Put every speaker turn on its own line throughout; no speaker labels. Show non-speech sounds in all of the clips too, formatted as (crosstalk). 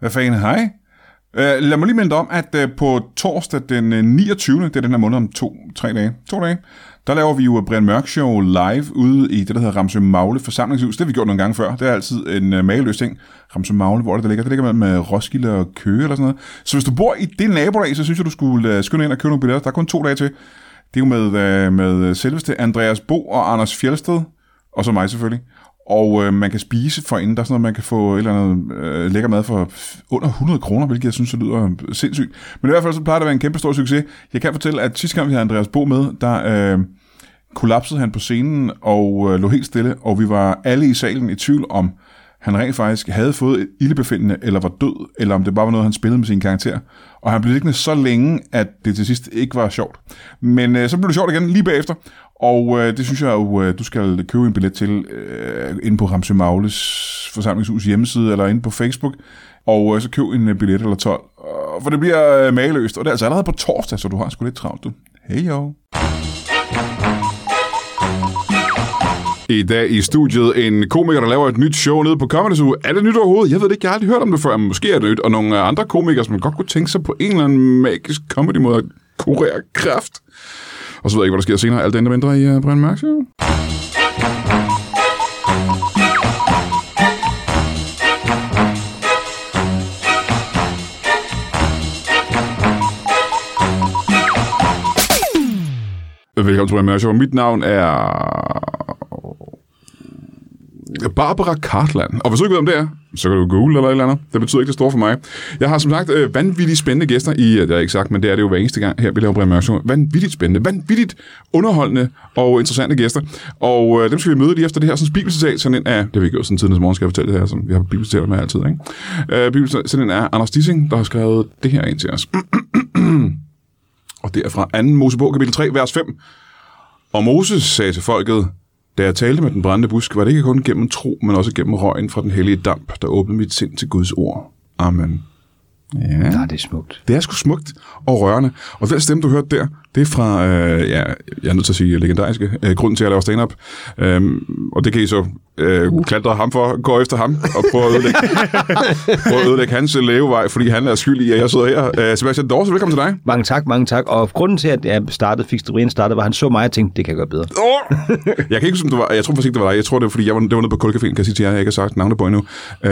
Hvad fanden, hej. Øh, lad mig lige minde om, at øh, på torsdag den øh, 29. Det er den her måned om to, tre dage, to dage, der laver vi jo øh, Brian Mørk Show live ude i det, der hedder Ramsø Magle forsamlingshus. Det har vi gjort nogle gange før. Det er altid en øh, mageløs ting. Ramsø Magle, hvor er det, der ligger? Det ligger mellem øh, Roskilde og Køge eller sådan noget. Så hvis du bor i det nabolag, så synes jeg, du skulle øh, skynde ind og købe nogle billetter. Der er kun to dage til. Det er jo med, øh, med selveste Andreas Bo og Anders Fjelsted, og så mig selvfølgelig. Og øh, man kan spise for inden, der er sådan noget, man kan få et eller andet øh, lækker mad for under 100 kroner, hvilket jeg synes, det lyder sindssygt. Men i hvert fald så plejer det at være en kæmpe stor succes. Jeg kan fortælle, at sidste gang vi havde Andreas Bo med, der øh, kollapsede han på scenen og øh, lå helt stille, og vi var alle i salen i tvivl om, han rent faktisk havde fået et ildebefindende, eller var død, eller om det bare var noget, han spillede med sin karakter. Og han blev liggende så længe, at det til sidst ikke var sjovt. Men øh, så blev det sjovt igen lige bagefter, og øh, det synes jeg jo, øh, du skal købe en billet til øh, inde på Ramse Magles forsamlingshus hjemmeside, eller inde på Facebook, og øh, så køb en øh, billet eller 12, øh, for det bliver øh, mageløst. Og det er altså allerede på torsdag, så du har sgu lidt travlt, du. Hej jo. I dag i studiet en komiker, der laver et nyt show nede på Comedy Zoo. Er det nyt overhovedet? Jeg ved det ikke, jeg har aldrig hørt om det før, men måske er det nyt. Og nogle øh, andre komikere, som godt kunne tænke sig på en eller anden magisk comedy måde at kurere kræft. Og så ved jeg ikke, hvad der sker senere. Alt det andet og mindre i uh, Brian Mørk Show. Velkommen til Brian Mørk Show. Mit navn er... Barbara Cartland. Og hvis du ikke ved, om det er, så kan du google eller et eller andet. Det betyder ikke det store for mig. Jeg har som sagt øh, vanvittigt spændende gæster i, øh, det har jeg ikke sagt, men det er det jo hver eneste gang her, vi laver Brian Mørk Show. Vanvittigt spændende, vanvittigt underholdende og interessante gæster. Og øh, dem skal vi møde lige efter det her sådan bibelcitat, sådan en af, det har vi gjort siden tidens morgen, skal jeg fortælle det her, som vi har bibelcitater med altid, ikke? Øh, bibelcitat, sådan en af Anders Dissing, der har skrevet det her ind til os. og det er fra 2. Mosebog, kapitel 3, vers 5. Og Moses sagde til folket, da jeg talte med den brændende busk, var det ikke kun gennem tro, men også gennem røgen fra den hellige damp, der åbnede mit sind til Guds ord. Amen. Ja.
Nej, det er smukt.
Det er sgu smukt og rørende. Og den stemme, du hørte der, det er fra, øh, ja, jeg er nødt til at sige legendariske, øh, grunden til, at jeg laver stand-up. Øhm, og det kan I så øh, klatre ham for, gå efter ham og prøve at ødelægge, prøve at ødelægge hans øh, levevej, fordi han er skyldig i, at jeg sidder her. Øh, Sebastian Dorse, velkommen til dig.
Mange tak, mange tak. Og grunden til, at jeg startede, fik Storien startede, var, at han så mig og tænkte, det kan jeg gøre bedre.
Åh! jeg kan ikke huske, om det var, jeg tror faktisk ikke, det var dig. Jeg tror, det var, fordi jeg var, det var nede på Kulcaféen, kan jeg sige til jer, jeg ikke har sagt navnet på endnu. Øh,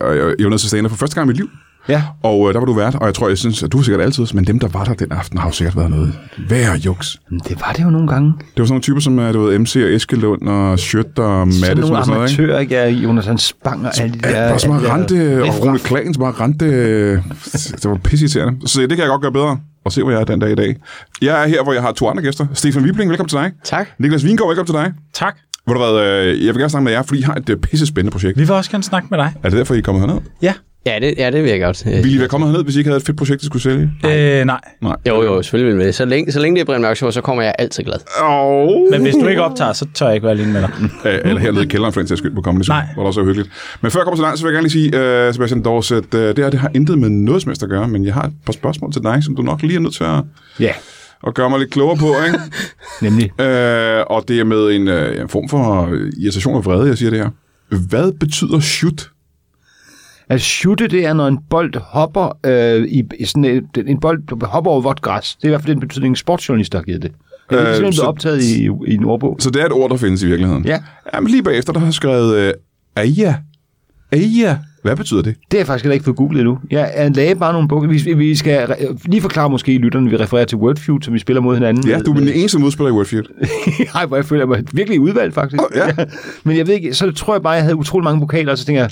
og jeg, jeg var nede til stand for første gang i mit liv.
Ja.
Og øh, der var du vært, og jeg tror, jeg synes, at du er sikkert altid, men dem, der var der den aften, har jo sikkert været noget værre juks.
Men det var det jo nogle gange.
Det var sådan nogle typer som, øh, du ved, MC og Eskelund og Schødt og Madison
Sådan nogle
og sådan noget, ikke?
amatører, ikke? Ja, Jonas han spang og alle de der...
Ja, bare som
alle
bare
de der
rente, og
riffraff.
Rune Klagen som bare rente. Det var pissirriterende. Så det kan jeg godt gøre bedre. Og se, hvor jeg er den dag i dag. Jeg er her, hvor jeg har to andre gæster. Stefan Wibling, velkommen til dig.
Tak.
Niklas Vingård, velkommen til dig.
Tak.
Hvor du hvad, øh, jeg vil gerne snakke med jer, fordi I har et øh, pisse spændende projekt.
Vi vil også gerne snakke med dig.
Er det derfor, I er kommet herned?
Ja.
Ja, det, ja, det vil jeg godt. Øh,
Ville I være kommet herned, hvis I ikke havde et fedt projekt, I skulle sælge?
Øh, nej.
Nej.
Jo, jo, selvfølgelig vil jeg det. Så længe, så længe det er Brian Mørk Show, så kommer jeg altid glad.
Oh.
Men hvis du ikke optager, så tør jeg ikke være alene med dig.
Øh, eller hernede i kælderen for en sags skyld på Comedy Zoo,
Nej.
hvor det også er hyggeligt. Men før jeg kommer til dig, så vil jeg gerne lige sige, uh, Sebastian Dors, at uh, det her det har intet med noget som helst at gøre, men jeg har et par spørgsmål til dig, som du nok lige er nødt til at,
Ja,
at gøre mig lidt klogere på. Ikke?
nemlig.
uh, og det er med en, uh, en form for irritation og vrede, jeg siger det her. Hvad betyder shoot?
At shoote, det er, når en bold hopper øh, i, i sådan et, en bold der hopper over vådt græs. Det er i hvert fald den betydning, sportsjournalister har givet det. Det er
Øh,
øh, simpelthen
så-
blevet optaget i, i en ordbog.
Så det er et ord, der findes i virkeligheden.
Ja.
Jamen, lige bagefter, der har jeg skrevet, uh, Aja. Aja. Hvad betyder det?
Det har jeg faktisk heller ikke fået googlet endnu. Jeg lagde bare nogle bukser. Vi, vi skal re- lige forklare måske lytterne, vi refererer til Wordfeud, som vi spiller mod hinanden.
Ja, du er den eneste modspiller i Wordfield.
(laughs) Nej, hvor jeg føler mig virkelig udvalgt, faktisk.
Åh, ja.
(laughs) Men jeg ved ikke, så tror jeg bare, jeg havde utrolig mange vokaler, og så tænker jeg,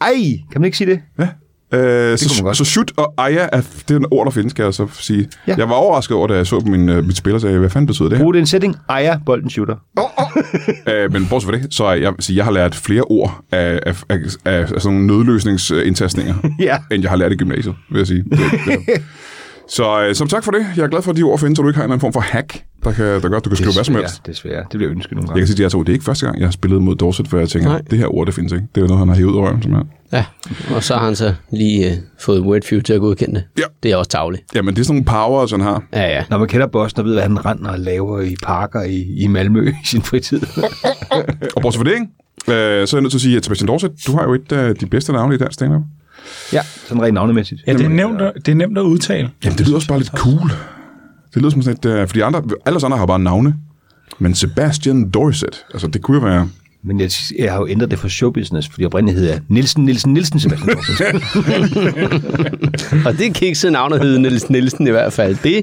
ej, kan man ikke sige det?
Ja. Øh,
kunne man
så,
godt.
så shoot og Aya er det er en ord, der findes, skal jeg så sige. Ja.
Ja.
Jeg var overrasket over, da jeg så på min, øh, mit spiller, sagde, jeg, hvad fanden betyder det her?
Brug det i en sætning, ejer bolden shooter.
øh, men bortset fra det, så er jeg, så jeg har lært flere ord af, af, af, af, af sådan nogle nødløsningsindtastninger,
(laughs) Ja.
end jeg har lært i gymnasiet, vil jeg sige. Det,
(laughs)
det. Så øh, som tak for det. Jeg er glad for, at de ord findes, så du ikke har en eller anden form for hack, der, kan, der gør, at du kan skrive hvad som
Desværre,
helst.
Desværre, det bliver ønsket nogle
Jeg
gange.
kan sige til jer to, det er ikke første gang, jeg har spillet mod Dorset, for jeg tænker, Nej.
Nej.
det her ord, det findes ikke. Det er jo noget, han har hævet ud af røven, simpelthen.
Ja. Og så har han så lige øh, fået Wordfeud til at godkende det.
Ja.
Det er også tavligt.
Jamen, det er sådan nogle powers, han har.
Ja, ja.
Når man kender Boston og ved, hvad han render og laver i parker i, i Malmø (laughs) i sin fritid.
Og bortset fra det, ikke? Øh, så er jeg nødt til at sige, at Sebastian Dorset, du har jo et af de bedste navne i dansk stand-up.
Ja, sådan rent navnemæssigt.
Ja, det er nemt, at- det er nemt at udtale.
Jamen, det lyder også bare lidt cool. Det lyder som sådan et... Øh, fordi andre, alle os andre har bare navne. Men Sebastian Dorset, altså det kunne jo være...
øh, Men jeg, jeg har jo ændret det for showbusiness, fordi oprindeligt hedder jeg Nielsen, Nielsen, Nielsen, Sebastian Dorset.
(laughs)
Og det kiksede navnet hed Niels Nielsen i hvert fald. Det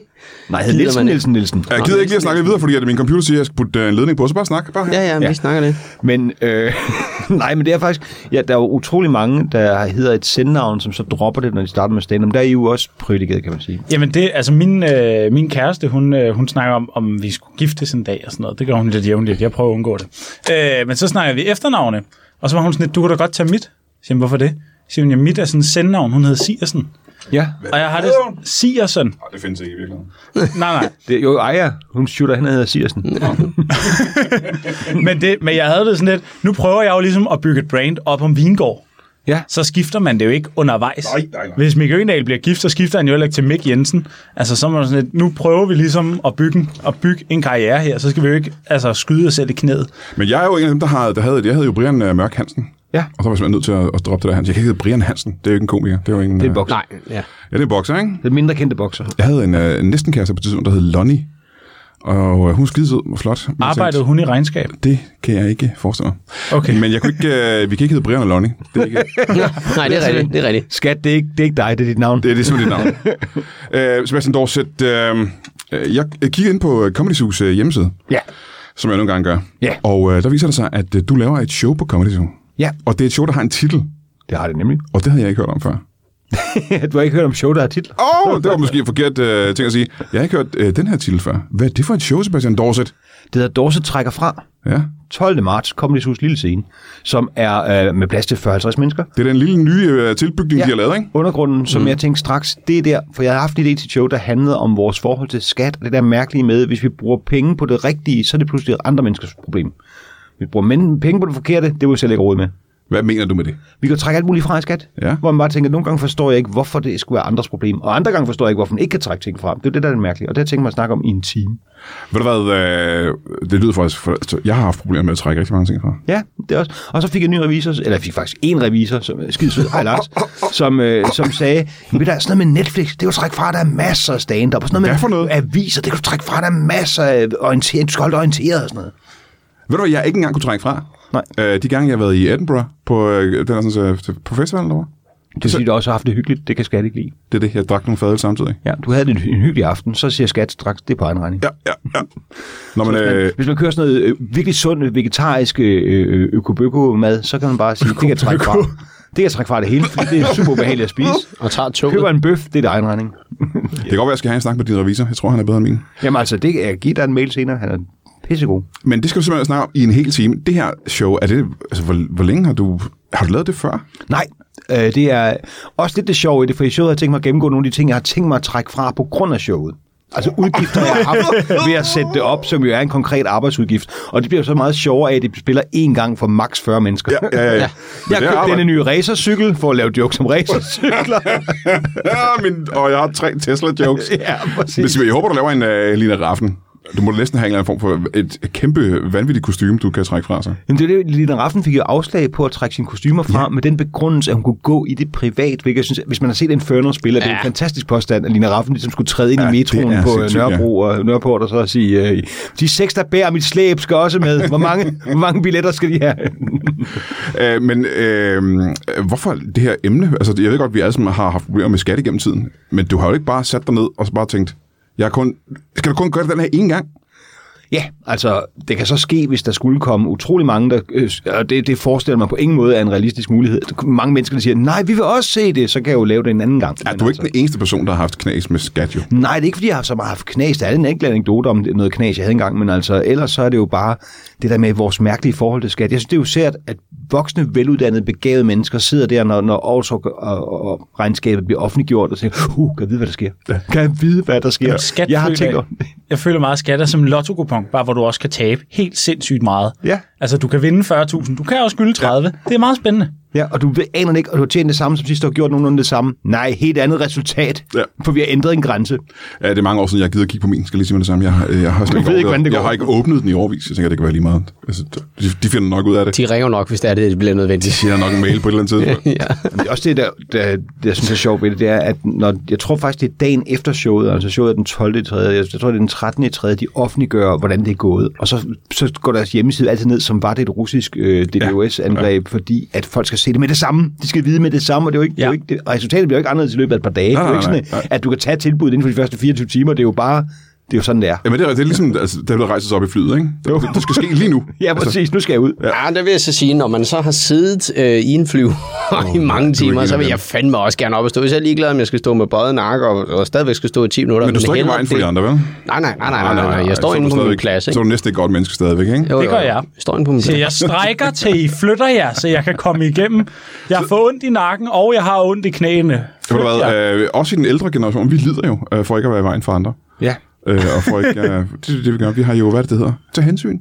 Nej, jeg hedder
gider
Nielsen,
man
Nielsen, Nielsen.
Jeg gider ikke lige at snakke videre, fordi at min computer siger, at jeg skal putte øh, en ledning på, så bare snak. Bare her.
Ja, ja, men
Ja.
vi snakker lidt.
Men, øh, (laughs) nej, men det er faktisk, ja, der er jo utrolig mange, der hedder et sendnavn, som så dropper det, når de starter med stand Men der er I jo også privilegeret, kan man sige.
Jamen det, altså min, øh, min kæreste, hun, øh, hun snakker om, om vi skulle giftes en dag og sådan noget. Det gør hun lidt jævnligt. Jeg prøver at undgå det. Øh, men så snakker vi efternavne. Og så var hun sådan lidt, du kan da godt tage mit. Jeg siger, hvorfor det? Så siger hun, ja, mit er sådan en sendnavn. Hun hedder Siersen.
Ja.
Og jeg har det Siersen.
Ej, det findes ikke i virkeligheden.
Nej, nej.
Det er jo Aya, hun shooter, hende hedder Siersen.
Men, det, men jeg havde det sådan lidt, nu prøver jeg jo ligesom at bygge et brand op om Vingård.
Ja.
Så skifter man det jo ikke undervejs.
Nej, nej, nej.
Hvis Mikke Øgendal bliver gift, så skifter han jo heller ikke til Mick Jensen. Altså, så er man sådan lidt, nu prøver vi ligesom at bygge, en- at bygge en karriere her, så skal vi jo ikke altså, skyde os selv i knæet.
Men jeg er jo en af dem, der havde, der havde, jeg havde jo Brian øh, Mørk Hansen.
Ja.
Og så var jeg simpelthen nødt til at, at droppe det der Hansen. Jeg kan ikke hedde Brian Hansen. Det er jo ikke en komiker. Det er jo ikke en,
Det er en
øh,
bokser.
Nej, ja.
Ja, det er en bokser, ikke?
Det er mindre kendte bokser.
Jeg havde en, øh, en næstenkæreste på et tidspunkt, der hed Lonnie. Og øh, hun skide sød og flot. Men jeg
Arbejdede hun i regnskab?
tænkte, Det kan jeg ikke forestille mig.
Okay.
Men jeg kunne ikke, øh, vi kan ikke hedde Brian og Lonnie. Det er, ikke,
Nej, det er rigtigt, det er rigtigt.
Skat, det er ikke, det er ikke dig, det er dit navn.
det, er, det er simpelthen dit navn. øh, Sebastian Dorset, øh, øh, jeg kigger ind på øh, Comedy Zoo's øh, hjemmeside,
Ja.
som jeg nogle gange gør.
Ja.
Og øh, der viser det sig, at øh, du laver et show på Comedy Zoo.
Ja,
Og det er et show, der har en titel.
det har det nemlig. (laughs)
Og det havde jeg ikke hørt om før.
du har ikke hørt om show, der har titler.
Åh, oh, det var måske en forkert øh, ting at sige. Jeg har ikke hørt øh, den her titel før. Hvad er det for et show, Sebastian Dorset?
Det hedder Dorset trækker fra.
Ja,
12. marts, Comedy Hus Lille Scene, som er øh, med plads til 40-50 mennesker.
det er den lille nye øh, tilbygning, ja. de har lavet, ikke?
Undergrunden, som mm. jeg tænkte straks, det er der, for jeg havde haft en idé til et show, der handlede om vores forhold til skat, og det der mærkelige med, hvis vi bruger penge på det rigtige, så er det pludselig andre menneskers problem. Hvis vi bruger men- penge på det forkerte, det vil jeg selv ikke råd med.
Hvad mener du med det?
Vi kan trække alt muligt fra i skat,
Ja.
hvor man bare tænker, at nogle gange forstår jeg ikke, hvorfor det skulle være andres problem, og andre gange forstår jeg ikke, hvorfor man ikke kan trække ting fra. Det er jo det, der er det mærkelige, og det har jeg tænkt mig at snakke om i en time.
Ved du hvad, øh, det lyder faktisk... For, så jeg har haft problemer med at trække rigtig mange ting fra.
Ja, det er også. Og så fik jeg en ny revisor, eller jeg fik faktisk en revisor, som er skidesød, hej Lars, som, øh, som sagde, "Jamen, det der er sådan noget med Netflix, det kan du trække fra, der er masser af stand-up, og sådan noget
Hvad for noget?
med aviser, det kan du trække fra, der er masser af orientering, du skal holde dig orienteret og sådan noget.
Ved du hvad, jeg ikke engang kunne trække fra?
Nej.
Øh, de gange, jeg har været i Edinburgh på, øh, den er sådan, så, på festivalen derovre,
Det vil sige, du også har haft det hyggeligt, det kan skat ikke lide.
det er det, jeg drak nogle fadøl samtidig.
Ja, du havde en, en hyggelig aften, så siger skat straks, det er på egen regning.
Ja, ja, ja. Nå, men, øh,
Men hvis man kører sådan noget øh, virkelig sund øh, vegetarisk øh, øko mad så kan man bare sige, det kan jeg trække fra. Det kan jeg trække fra det hele, fordi det er super ubehageligt at spise.
Og tager toget.
Køber en bøf, det er din egen regning.
det kan godt være, jeg skal have en snak med din revisor. Jeg tror, han er bedre end min.
Jamen altså, det er, giv dig en mail senere, han er pissegod.
Men det skal vi simpelthen snakke om i en hel time. Det her show, er det, altså, hvor, hvor længe har du, har du lavet det før?
Nej, øh, det er også lidt det sjove i det, for i showet har jeg tænkt mig at gennemgå nogle af de ting, jeg har tænkt mig at trække fra på grund af showet. Altså udgifter, jeg har haft ved at sætte det op, som jo er en konkret arbejdsudgift. Og det bliver jo så meget sjovere af, at det spiller én gang for maks 40 mennesker.
Ja, ja, ja. ja.
Jeg
det er
købte
arbejde.
denne nye racercykel for at lave jokes om racercykler. (laughs)
ja, min, og jeg har tre Tesla-jokes.
ja,
Men
præcis.
Simon, jeg håber, du laver en uh, Lina Raffen. Du må næsten have en eller anden form for et kæmpe vanvittigt kostume, du kan trække fra altså. sig.
Jamen, det er det, Lina Raffen fik jo afslag på at trække sine kostymer fra, ja. med den begrundelse, at hun kunne gå i det privat, hvilket jeg synes, hvis man har set Inferno spille, ja. det er en
Ja.
fantastisk påstand, at Lina Raffen ligesom skulle træde ind ja,
Ja,
i
det
metroen
er
på øh,
sindssygt, ja.
Nørrebro og Nørreport og så at sige, øh, de seks, der bærer mit slæb, skal også med. Hvor (laughs) mange, hvor mange billetter skal de have?
Uh, men uh, hvorfor det her emne? Altså, jeg ved godt, at vi alle sammen har haft problemer med skat igennem tiden, men du har jo ikke bare sat dig ned og så bare tænkt, jeg har kun, skal du kun gøre det den her ene gang?
ja, altså, det kan så ske, hvis der skulle komme utrolig mange, der, øh, og det, det forestiller mig på ingen måde er en realistisk mulighed. Mange mennesker, der siger, nej, vi vil også se det, så kan jeg jo lave det en anden gang.
Ja,
Men
du er
altså-
ikke den eneste person, der har haft knas med skat, jo.
Nej, det er ikke, fordi jeg har så meget haft knas. Der er en enkelt anekdote om det- noget knas, jeg havde engang, men altså, ellers så er det jo bare det der med vores mærkelige forhold til skat. Jeg synes, det er jo sært, at voksne, veluddannede, begavede mennesker sidder der, når, når årsrug og, og, og, regnskabet bliver offentliggjort, og tænker, uh, kan jeg vide, hvad der sker? Kan jeg vide, hvad der sker?
Skat
jeg har
føler
tænkt over
jeg føler meget, at skat er som en lottokupon, bare hvor du også kan tabe helt sindssygt meget.
Ja.
Altså, du kan vinde 40.000, du kan også skylde 30. Ja. Det er meget spændende.
Ja, og du ved- aner det ikke, og du har tjent det samme som sidst, og har gjort nogenlunde det samme. Nej, helt andet resultat,
Ja.
for vi har ændret en grænse.
Ja, det er mange år siden, jeg har givet at kigge på min, skal jeg lige sige med det samme. Jeg, har- øh, jeg har slet
Du ved ikke, hvordan det
jeg
går.
har ikke åbnet den i overvis. Jeg tænker, det kan være lige meget. Altså, de, de finder nok ud af
(laughs)
det.
De ringer nok, hvis det er det, det bliver nødvendigt.
De har nok en mail på et eller andet tidspunkt.
ja.
Men det er også det, der, der, der jeg synes er sjovt ved det, det er, at når, jeg tror faktisk, det er dagen efter showet, altså showet er den 12. i 3., jeg tror, det er den 13. i 3., de offentliggør, hvordan det er gået. Og så, så går deres hjemmeside altid ned, som var det et russisk øh, DDoS-angreb, ja. fordi at folk skal se det med det samme. De skal vide med det samme, og det er jo ikke, ja. det er jo
Ja.
ikke det, og resultatet bliver jo ikke anderledes i løbet af et par dage.
Nej,
det er jo
nej,
ikke sådan,
nej, nej.
at du kan tage tilbuddet inden for de første 24 timer, det er jo bare, det er jo sådan, det er.
Jamen, det er, det er ligesom, altså, der bliver rejst sig op i flyet, ikke? Det, det skal ske lige nu.
Ja, præcis. Nu skal jeg ud.
ja, det vil jeg så sige, når man så har siddet øh, i en flyver i mange
du er
timer,
ikke en
så
af
vil
dem.
jeg fandme også gerne op og stå. Hvis jeg er ligeglad, om jeg skal stå med bøjet nakke og, og stadigvæk skal stå i 10 minutter.
Men du står ikke i
hellere
vejen for de
det-
andre, vel?
Nej, nej, nej, nej, nej, nej. Jeg står
Så er du
inde på min
stadigvæk-
plads,
Så
ikke?
er du næsten et godt menneske stadigvæk, ikke?
Jo,
Det
jo,
gør
jo.
jeg.
står inde på
(laughs)
min
Så jeg
plads.
strækker til I flytter jer, så jeg kan komme igennem. Jeg får ondt i nakken, og jeg har ondt i knæene.
Ved du
Flyt jer.
hvad, øh, også i den ældre generation, vi lider jo øh, for ikke at være i vejen for andre.
Ja.
Øh, og for ikke, øh, (laughs) det er det, vi gør. Vi har jo, hvad er det, det hedder? Tag hensyn.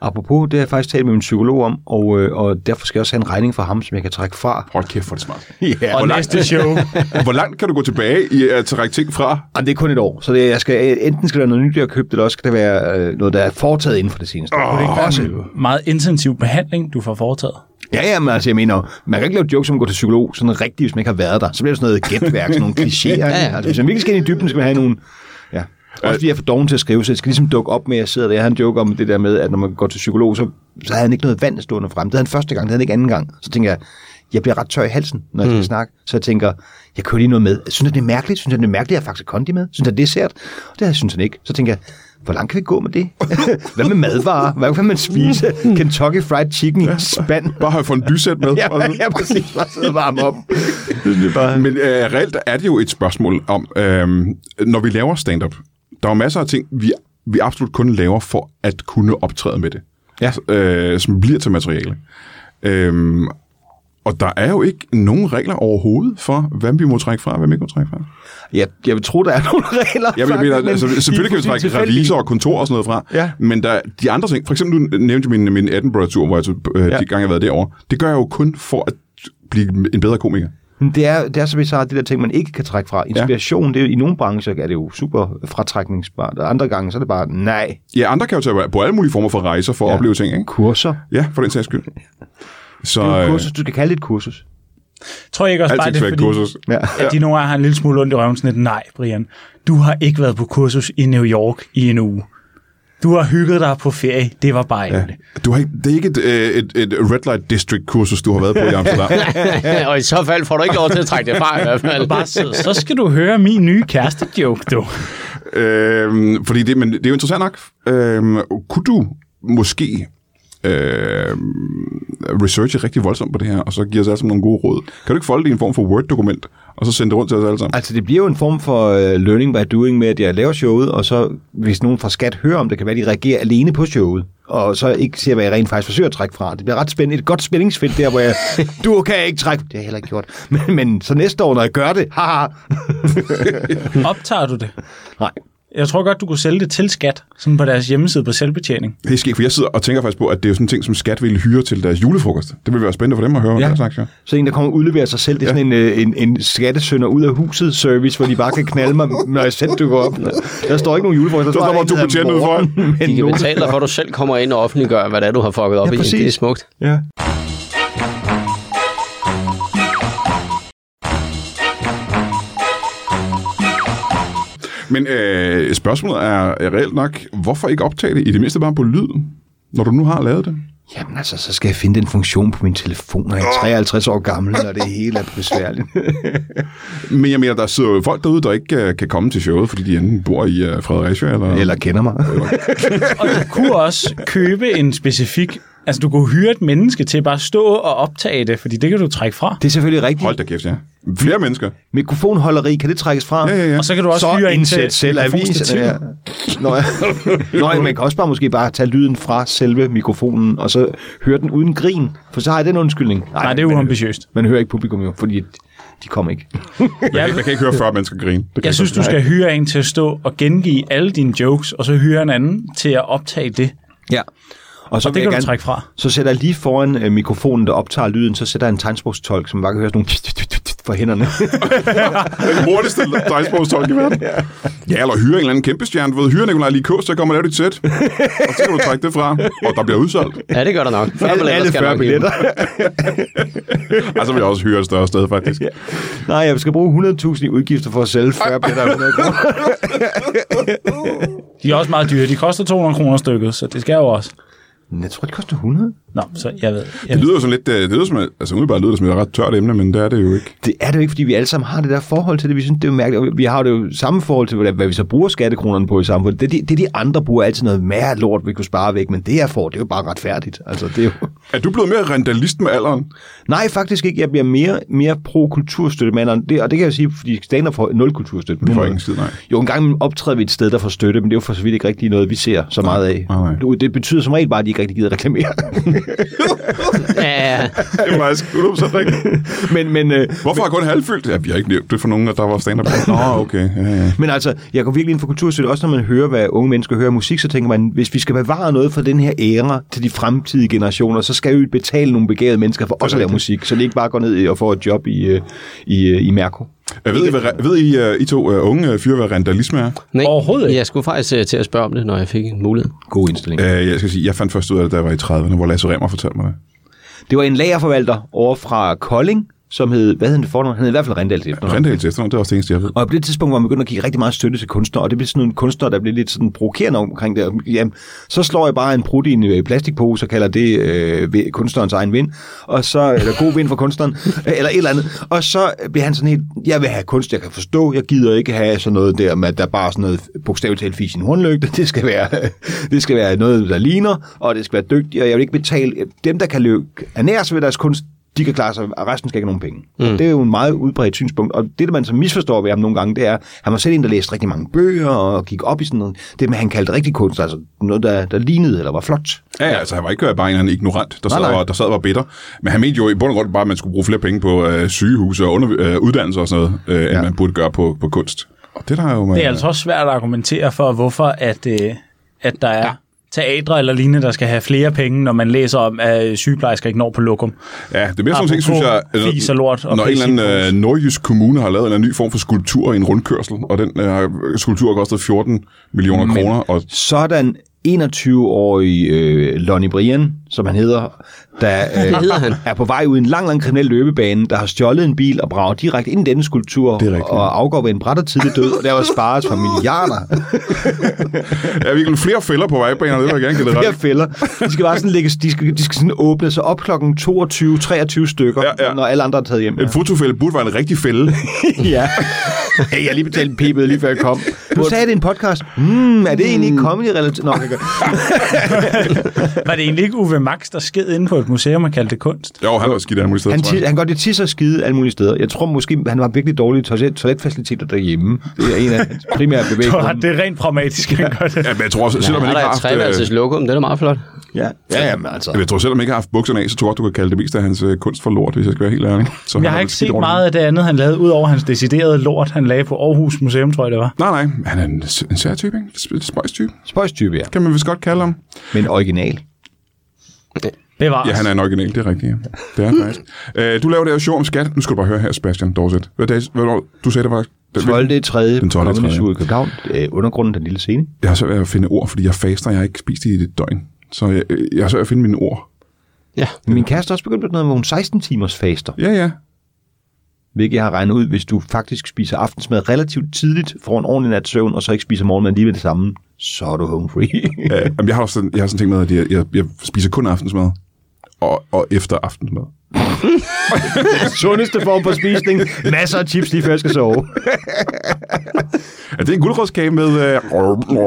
Apropos, det har jeg faktisk talt med min psykolog om, og, øh, og derfor skal jeg også have en regning fra ham, som jeg kan trække fra.
Hold kæft, for det smart.
Ja,
Og næste show.
Hvor langt kan du gå tilbage i øh, at trække ting fra?
Jamen, det er kun et år, så det, jeg skal, enten skal der være noget nyt, jeg har købt, eller også skal der være øh, noget, der er foretaget inden for det seneste. Oh.
Også meget intensiv behandling, du får foretaget.
Ja, ja, men altså, jeg mener, man kan ikke lave jokes om at gå til psykolog sådan rigtigt, hvis man ikke har været der. Så bliver det sådan noget gætværk, sådan nogle klichéer. ja, ja.
ja.
Altså, hvis man virkelig skal ind i dybden, skal man have nogle... Ja. Også fordi jeg er for doven til at skrive, så jeg skal ligesom dukke op med, at jeg sidder der. Jeg havde en joke om det der med, at når man går til psykolog, så, så havde han ikke noget vand stående frem. Det havde han første gang, det havde han ikke anden gang. Så tænker jeg, jeg bliver ret tør i halsen, når jeg skal snakke. Så jeg tænker, jeg kører lige noget med. Synes han, det er mærkeligt? Synes han, det er mærkeligt, at jeg har faktisk kondi med? Synes han, det er sært? Og det synes han ikke. Så tænker jeg, hvor langt kan vi gå med det? (laughs) Hvad med madvarer? Hvad kan man spise? Kentucky Fried Chicken i en spand?
Bare have fået en dysæt
(laughs)
med. og
(laughs) ja,
sådan.
ja, præcis. Bare sidde og varme op.
Men øh, reelt er det jo et spørgsmål om, øh, når vi laver stand-up, der er jo masser af ting, vi, vi absolut kun laver for at kunne optræde med det.
Ja.
Øh, som bliver til materiale. Øh, og der er jo ikke nogen regler overhovedet for, hvad vi må trække fra, og hvad vi ikke må trække fra.
Ja, jeg vil tro, der er nogle regler.
Jeg
faktisk,
mener,
men
altså,
de er
selvfølgelig kan vi
fuldstændig
trække
tilfældige.
revisor og kontor og sådan noget fra,
Ja.
men der, de andre ting, for eksempel du nævnte jo min, min Edinburgh-tur, hvor jeg, tog- øh,
Ja.
de gange jeg har været derovre, det gør jeg jo kun for at blive en bedre komiker.
Men Det er, det er så bizarre, de der ting, man ikke kan trække fra. Inspiration, det er jo, i nogle brancher er det jo super fratrækningsbart, og andre gange, så er det bare, nej.
Ja, andre kan jo tage på alle mulige former for rejser for ja. at opleve ting, ikke?
Kurser.
Ja, for den sags skyld. Så
Øh.
øh,
Kursus, du skal kalde det et kursus.
Tror jeg ikke også bare,
alting
det
skal
er
være et
fordi,
kursus.
Ja.
at de nogle gange har en lille smule ondt i røven, sådan et, nej, Brian, du har ikke været på kursus i New York i en uge. Du har hygget dig på ferie, det var bare ja.
Du har ikke, det er ikke et, øh, et, et Red Light District-kursus, du har været på i Amsterdam.
(laughs) og i så fald får du ikke lov til at trække det fra i hvert fald.
(laughs) Bare så, så skal du høre min nye kæreste-joke, du.
øhm, fordi det, men det er jo interessant nok. Øhm, kunne du måske øhm, researche rigtig voldsomt på det her, og så give os alle sammen nogle gode råd? Kan du ikke folde det i en form for Word-dokument, og så sende det rundt til os alle sammen?
Altså, det bliver jo en form for uh, learning by doing med, at jeg laver showet, og så, hvis nogen fra skat hører om det, kan være, de reagerer alene på showet, og så ikke ser, hvad jeg rent faktisk forsøger at trække fra. Det bliver ret spændende. Et godt spændingsfelt der,
(laughs)
hvor jeg, du kan ikke trække. Det har jeg heller ikke gjort. Men, men så næste år, når jeg gør det, haha.
Optager du det?
Nej.
Jeg tror godt, du kunne sælge det til skat, sådan på deres hjemmeside på selvbetjening.
Det er skægt, for jeg sidder og tænker faktisk på, at det er jo sådan en ting, som skat ville hyre til deres julefrokost. Det ville være spændende for dem at høre, ja.
Ja.
hvad slags, ja.
Så en, der kommer og udleverer sig selv, det er sådan en, øh, en, en skattesønder ud af huset service, hvor de bare kan knalde mig, når jeg selv dukker op. Der står ikke nogen julefrokost. Der
Så står
bare,
bare to
en, der hedder
betjente ude foran.
Morten, men
De kan
nogen-
betale dig for, at du selv kommer ind og offentliggør, hvad det er, du har fucket op
Ja,
i. Det er
præcis.
smukt.
Ja.
Men øh, spørgsmålet er, er reelt nok, hvorfor ikke optage det i det mindste bare på lyd, når du nu har lavet det?
Jamen altså, så skal jeg finde den funktion på min telefon, når jeg er 53 år gammel, og det hele er besværligt.
(laughs) Men jeg mener, der sidder jo folk derude, der ikke øh, kan komme til showet, fordi de enten bor i øh, Fredericia eller...
Eller kender mig.
Og du kunne også købe en specifik... Altså, du kunne hyre et menneske til bare at stå og optage det, fordi det kan du trække fra.
Det er selvfølgelig rigtigt.
Hold da kæft, ja. Flere mennesker.
Mikrofonholderi, kan det trækkes fra?
Ja, ja, ja.
Og så kan du også
så
hyre en til
indsæt selv avisen.
mikrofonstativ.
Ja. Nå, ja.
(laughs)
Nå, ja, man kan også bare måske bare tage lyden fra selve mikrofonen, og så høre den uden grin, for så har jeg den undskyldning.
Nej, det er uambitiøst.
Man hører ikke publikum jo, fordi de kommer ikke.
Jeg, jeg kan ikke høre 40 mennesker grine. Det kan
Jeg synes, du skal hyre en til at stå og gengive alle dine jokes, og så hyre en anden til at optage det.
Ja. Og så
Og
vil
det
jeg
kan
gerne,
du trække fra.
Så sætter jeg lige foran øh, mikrofonen, der optager lyden, så sætter jeg en tegnsprogstolk, som bare kan høre sådan nogle fra hænderne.
Den hurtigste drejsprogstolk i verden. Ja, eller hyre en eller anden kæmpe stjerne. Du ved, hyre Nikolaj Likås, så kommer og lave dit sæt. Og så kan du trække det fra, og der bliver udsolgt.
Ja, det gør der nok. 40
alle, alle 40 billetter.
Altså vil jeg også hyre et større sted, faktisk.
(laughs) Nej, jeg skal bruge 100.000 i udgifter for at sælge 40 billetter. af 100 kroner.
De er også meget dyre. De koster 200 kroner stykket, så det skal jo også.
(laughs) Men Jeg tror, det koster 100.
Nå, så jeg ved. Jeg
Det
ved.
lyder jo sådan lidt, øh, det lyder som, et- altså umiddelbart lyder det som et ret tørt emne, men det er det jo ikke.
Det er det jo ikke, fordi vi alle sammen har det der forhold til det. Vi synes, det er jo mærkeligt. Og vi- Vi har det jo samme forhold til, hvad hvad vi så bruger skattekronerne på i samfundet. Det, er de, det er de andre bruger altid noget mere lort, vi kunne spare væk. Men det jeg får, det er jo bare retfærdigt. Altså, det er jo... (laughs)
Er du blevet mere rentalist med (laughs) alderen?
Nej, faktisk ikke. Jeg bliver mere, mere pro-kulturstøtte med alderen. Det, og det kan jeg jo sige, fordi stand får nul kulturstøtte.
Du
på
får
den
ingen
måde.
skid, nej.
Jo, en gang imellem optræder vi et sted, der får støtte, men det er jo for så vidt ikke rigtig noget, vi ser så meget af.
Nej, nej.
Du- Det betyder som regel bare, at de ikke rigtig gider reklamere. (laughs)
Ja,
Det altså, er faktisk 100% rigtigt.
men, men, øh,
Hvorfor er kun halvfyldt? Ja, vi har ikke nævnt det for nogen, der var stand-up. (laughs) Nå, okay. Ja, ja.
men altså, jeg går virkelig ind for kulturstøtte. Også når man hører, hvad unge mennesker hører af musik, så tænker man, hvis vi skal bevare noget fra den her æra til de fremtidige generationer, så skal vi betale nogle begavede mennesker for også at lave musik, så de ikke bare går ned og får et job i, øh, i, øh, i Merco.
Jeg ved, I, hvad, ved I, øh, I to øh, unge øh, fyre, hvad rentalisme er?
nej.
Overhovedet ikke.
Jeg skulle faktisk øh, til at spørge om det, når jeg fik en mulighed.
God indstilling.
Øh, jeg skal sige, jeg fandt først ud af det, da jeg var i 30'erne, hvor Lasse Remmer fortalte mig det.
Det var en lagerforvalter over fra Kolding, som hed, hvad hed han det fornavn? Han hed i hvert fald Rendal til efternavn.
Rentals efternavn, det er også det eneste, jeg ved.
Og på det tidspunkt var man begyndt at give rigtig meget støtte til kunstnere, og det blev sådan nogle kunstnere, der blev lidt sådan provokerende omkring det. Og, Jamen, så slår jeg bare en prut i en øh, plastikpose og kalder det øh, ved- kunstnerens egen vind, og så, eller god vind for kunstneren, (laughs) øh, eller et eller andet. Og så bliver han sådan helt, jeg vil have kunst, jeg kan forstå, jeg gider ikke have sådan noget der med, at der bare er sådan noget bogstaveligt talt fis i en hornlygte. Det skal, være, (laughs) det skal være noget, der ligner, og det skal være dygtigt, og jeg vil ikke betale dem, der kan løbe, ernære sig ved deres kunst, de kan klare sig, og resten skal ikke have nogen penge. Mm. Det er jo en meget udbredt synspunkt, og det, man så misforstår ved ham nogle gange, det er, han var selv en, der læste rigtig mange bøger og gik op i sådan noget. Det med, han kaldte rigtig kunst, altså noget, der, der lignede eller var flot.
Ja, ja, altså han var ikke øh, bare en eller anden ignorant, der sad,
Nej, nej.
Og, der sad og var bitter. Men han mente jo i bund og grund bare, at man skulle bruge flere penge på øh, sygehuse og under, øh, uddannelse og sådan noget, øh, end
Ja.
man burde gøre på, på kunst. Og det der er jo... Man,
Det er altså også svært at argumentere for, hvorfor at, øh, at der er teatre eller lignende, der skal have flere penge, når man læser om, at øh, sygeplejersker ikke når på lokum.
Ja, det er mere sådan nogle ting, synes jeg...
Apropos fis og lort og
når en eller anden
pisse i
øh, nordjysk kommune har lavet en eller anden ny form for skulptur i en rundkørsel, og den øh, skulptur har kostet 14 millioner kroner, og
Sådan 21-årig øh, Lonnie Brian, som han hedder, der øh,
hedder han.
er på vej ud i en lang, lang kriminel løbebane, der har stjålet en bil og brager direkte ind i denne skulptur
Det er rigtigt.
og afgår ved en bræt og tidlig død, og der var sparet for milliarder.
Ja, vi kan flere fælder på vejbanerne, det vil jeg gerne give det
flere
ret. i.
fælder. De skal bare sådan ligge, de skal, de skal sådan åbne sig op klokken 22, 23 stykker,
Ja,
ja,
ja.
ja. når alle andre er taget hjem.
En fotofælde burde være en rigtig fælde.
(laughs) ja. Hey, jeg har lige betalt en pibede, lige før jeg kom. Du sagde det i en podcast. Mm, er det egentlig ikke comedy relateret? Nå, okay, godt.
Var det egentlig ikke Uwe Max, der sked inde på et museum og kaldte det kunst?
Jo, han var skidt af muligt sted,
han,
tror
ti-
jeg.
han gør det tisse og skide alle mulige steder. Jeg tror måske, han var virkelig dårlig i toilet- toiletfaciliteter derhjemme. Det er en af hans (laughs) primære bevæggrunde.
Det er rent pragmatisk, han gør det.
Ja, men jeg tror også, selvom
Der
han ikke
er altså.
har
der et
haft... øh,
treværelses lokum, det er da meget flot.
Ja, ja jamen, altså.
Jeg tror, selvom han ikke har haft bukserne af, så tror jeg, godt, du kan kalde det meste af hans øh, kunst for lort, hvis jeg skal være helt ærlig. Så han
Jeg
er
har
vel
ikke
skidt
set
over det.
meget af det andet, han lavede, udover hans deciderede lort, han lagde på Aarhus Museum, tror jeg det var.
Nej, nej. Han er en, en særtype, ikke? En spøjstype,
Spøjstype, ja.
kan man vist godt kalde ham.
Men original.
Bevares.
Ja, han er en original, det er rigtigt. Ja. Det er han faktisk. Øh, du laver det her show om skat. Nu skal du bare høre her, Sebastian Dorset. Hvad dag, hvad, var- du sagde, det var... det-
12. 3.
Den
Den
12.
12.
tredje.
i København. Øh, Undergrunden, den lille scene.
Jeg har svært ved at finde ord, fordi jeg faster. Jeg har ikke spist i et døgn. Så jeg, øh, jeg har svært ved at finde mine ord.
Ja,
Min kæreste er også begyndt på noget, hvor hun 16 timers faster.
Ja, ja.
Hvilket jeg har regnet ud, hvis du faktisk spiser aftensmad relativt tidligt, får en ordentlig nat søvn, og så ikke spiser morgenmad lige med det samme, så er du home (laughs) free.
Ja, Øh, jamen, jeg har også sådan, jeg har sådan ting med, at jeg, jeg, jeg spiser kun aftensmad og, og efter aftensmad.
Sundeste form for spisning. Masser af chips lige før jeg skal sove.
Er det en guldrådskage med... Øh,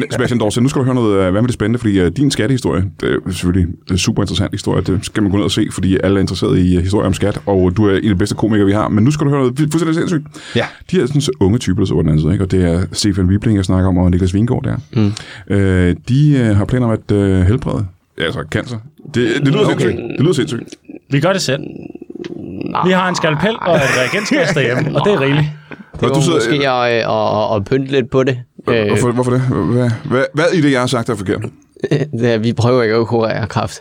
Men Sebastian Dorsen, nu skal du høre noget, øh, hvad med det spændende, fordi øh, din skattehistorie, det er selvfølgelig en super interessant historie, det skal man gå ned og se, fordi alle er interesseret i øh, historier om skat, og du er en af de bedste komikere, vi har, men nu skal du høre noget fu- fuldstændig sindssygt.
Ja.
De her sådan, så unge typer, der sidder på den anden side, ikke? og det er Stefan Wibling, jeg snakker om, og Niklas Vingård der. Mm. Øh, de øh, har planer om at øh, helbrede, Ja, altså cancer. Det, det lyder
Okay.
okay. sindssygt. Det lyder sindssygt.
Vi gør det selv. Vi har en skalpel og et reagensglas derhjemme, og det er rigeligt.
det
Og du
var
sidder-
måske at, øh, at, at, at pynte lidt på det. Øh,
Hvorfor, hvorfor det? Hvad, hvad, hvad i det, jeg har sagt, er forkert?
Øh, (laughs) det er, vi prøver ikke at kurere kraft.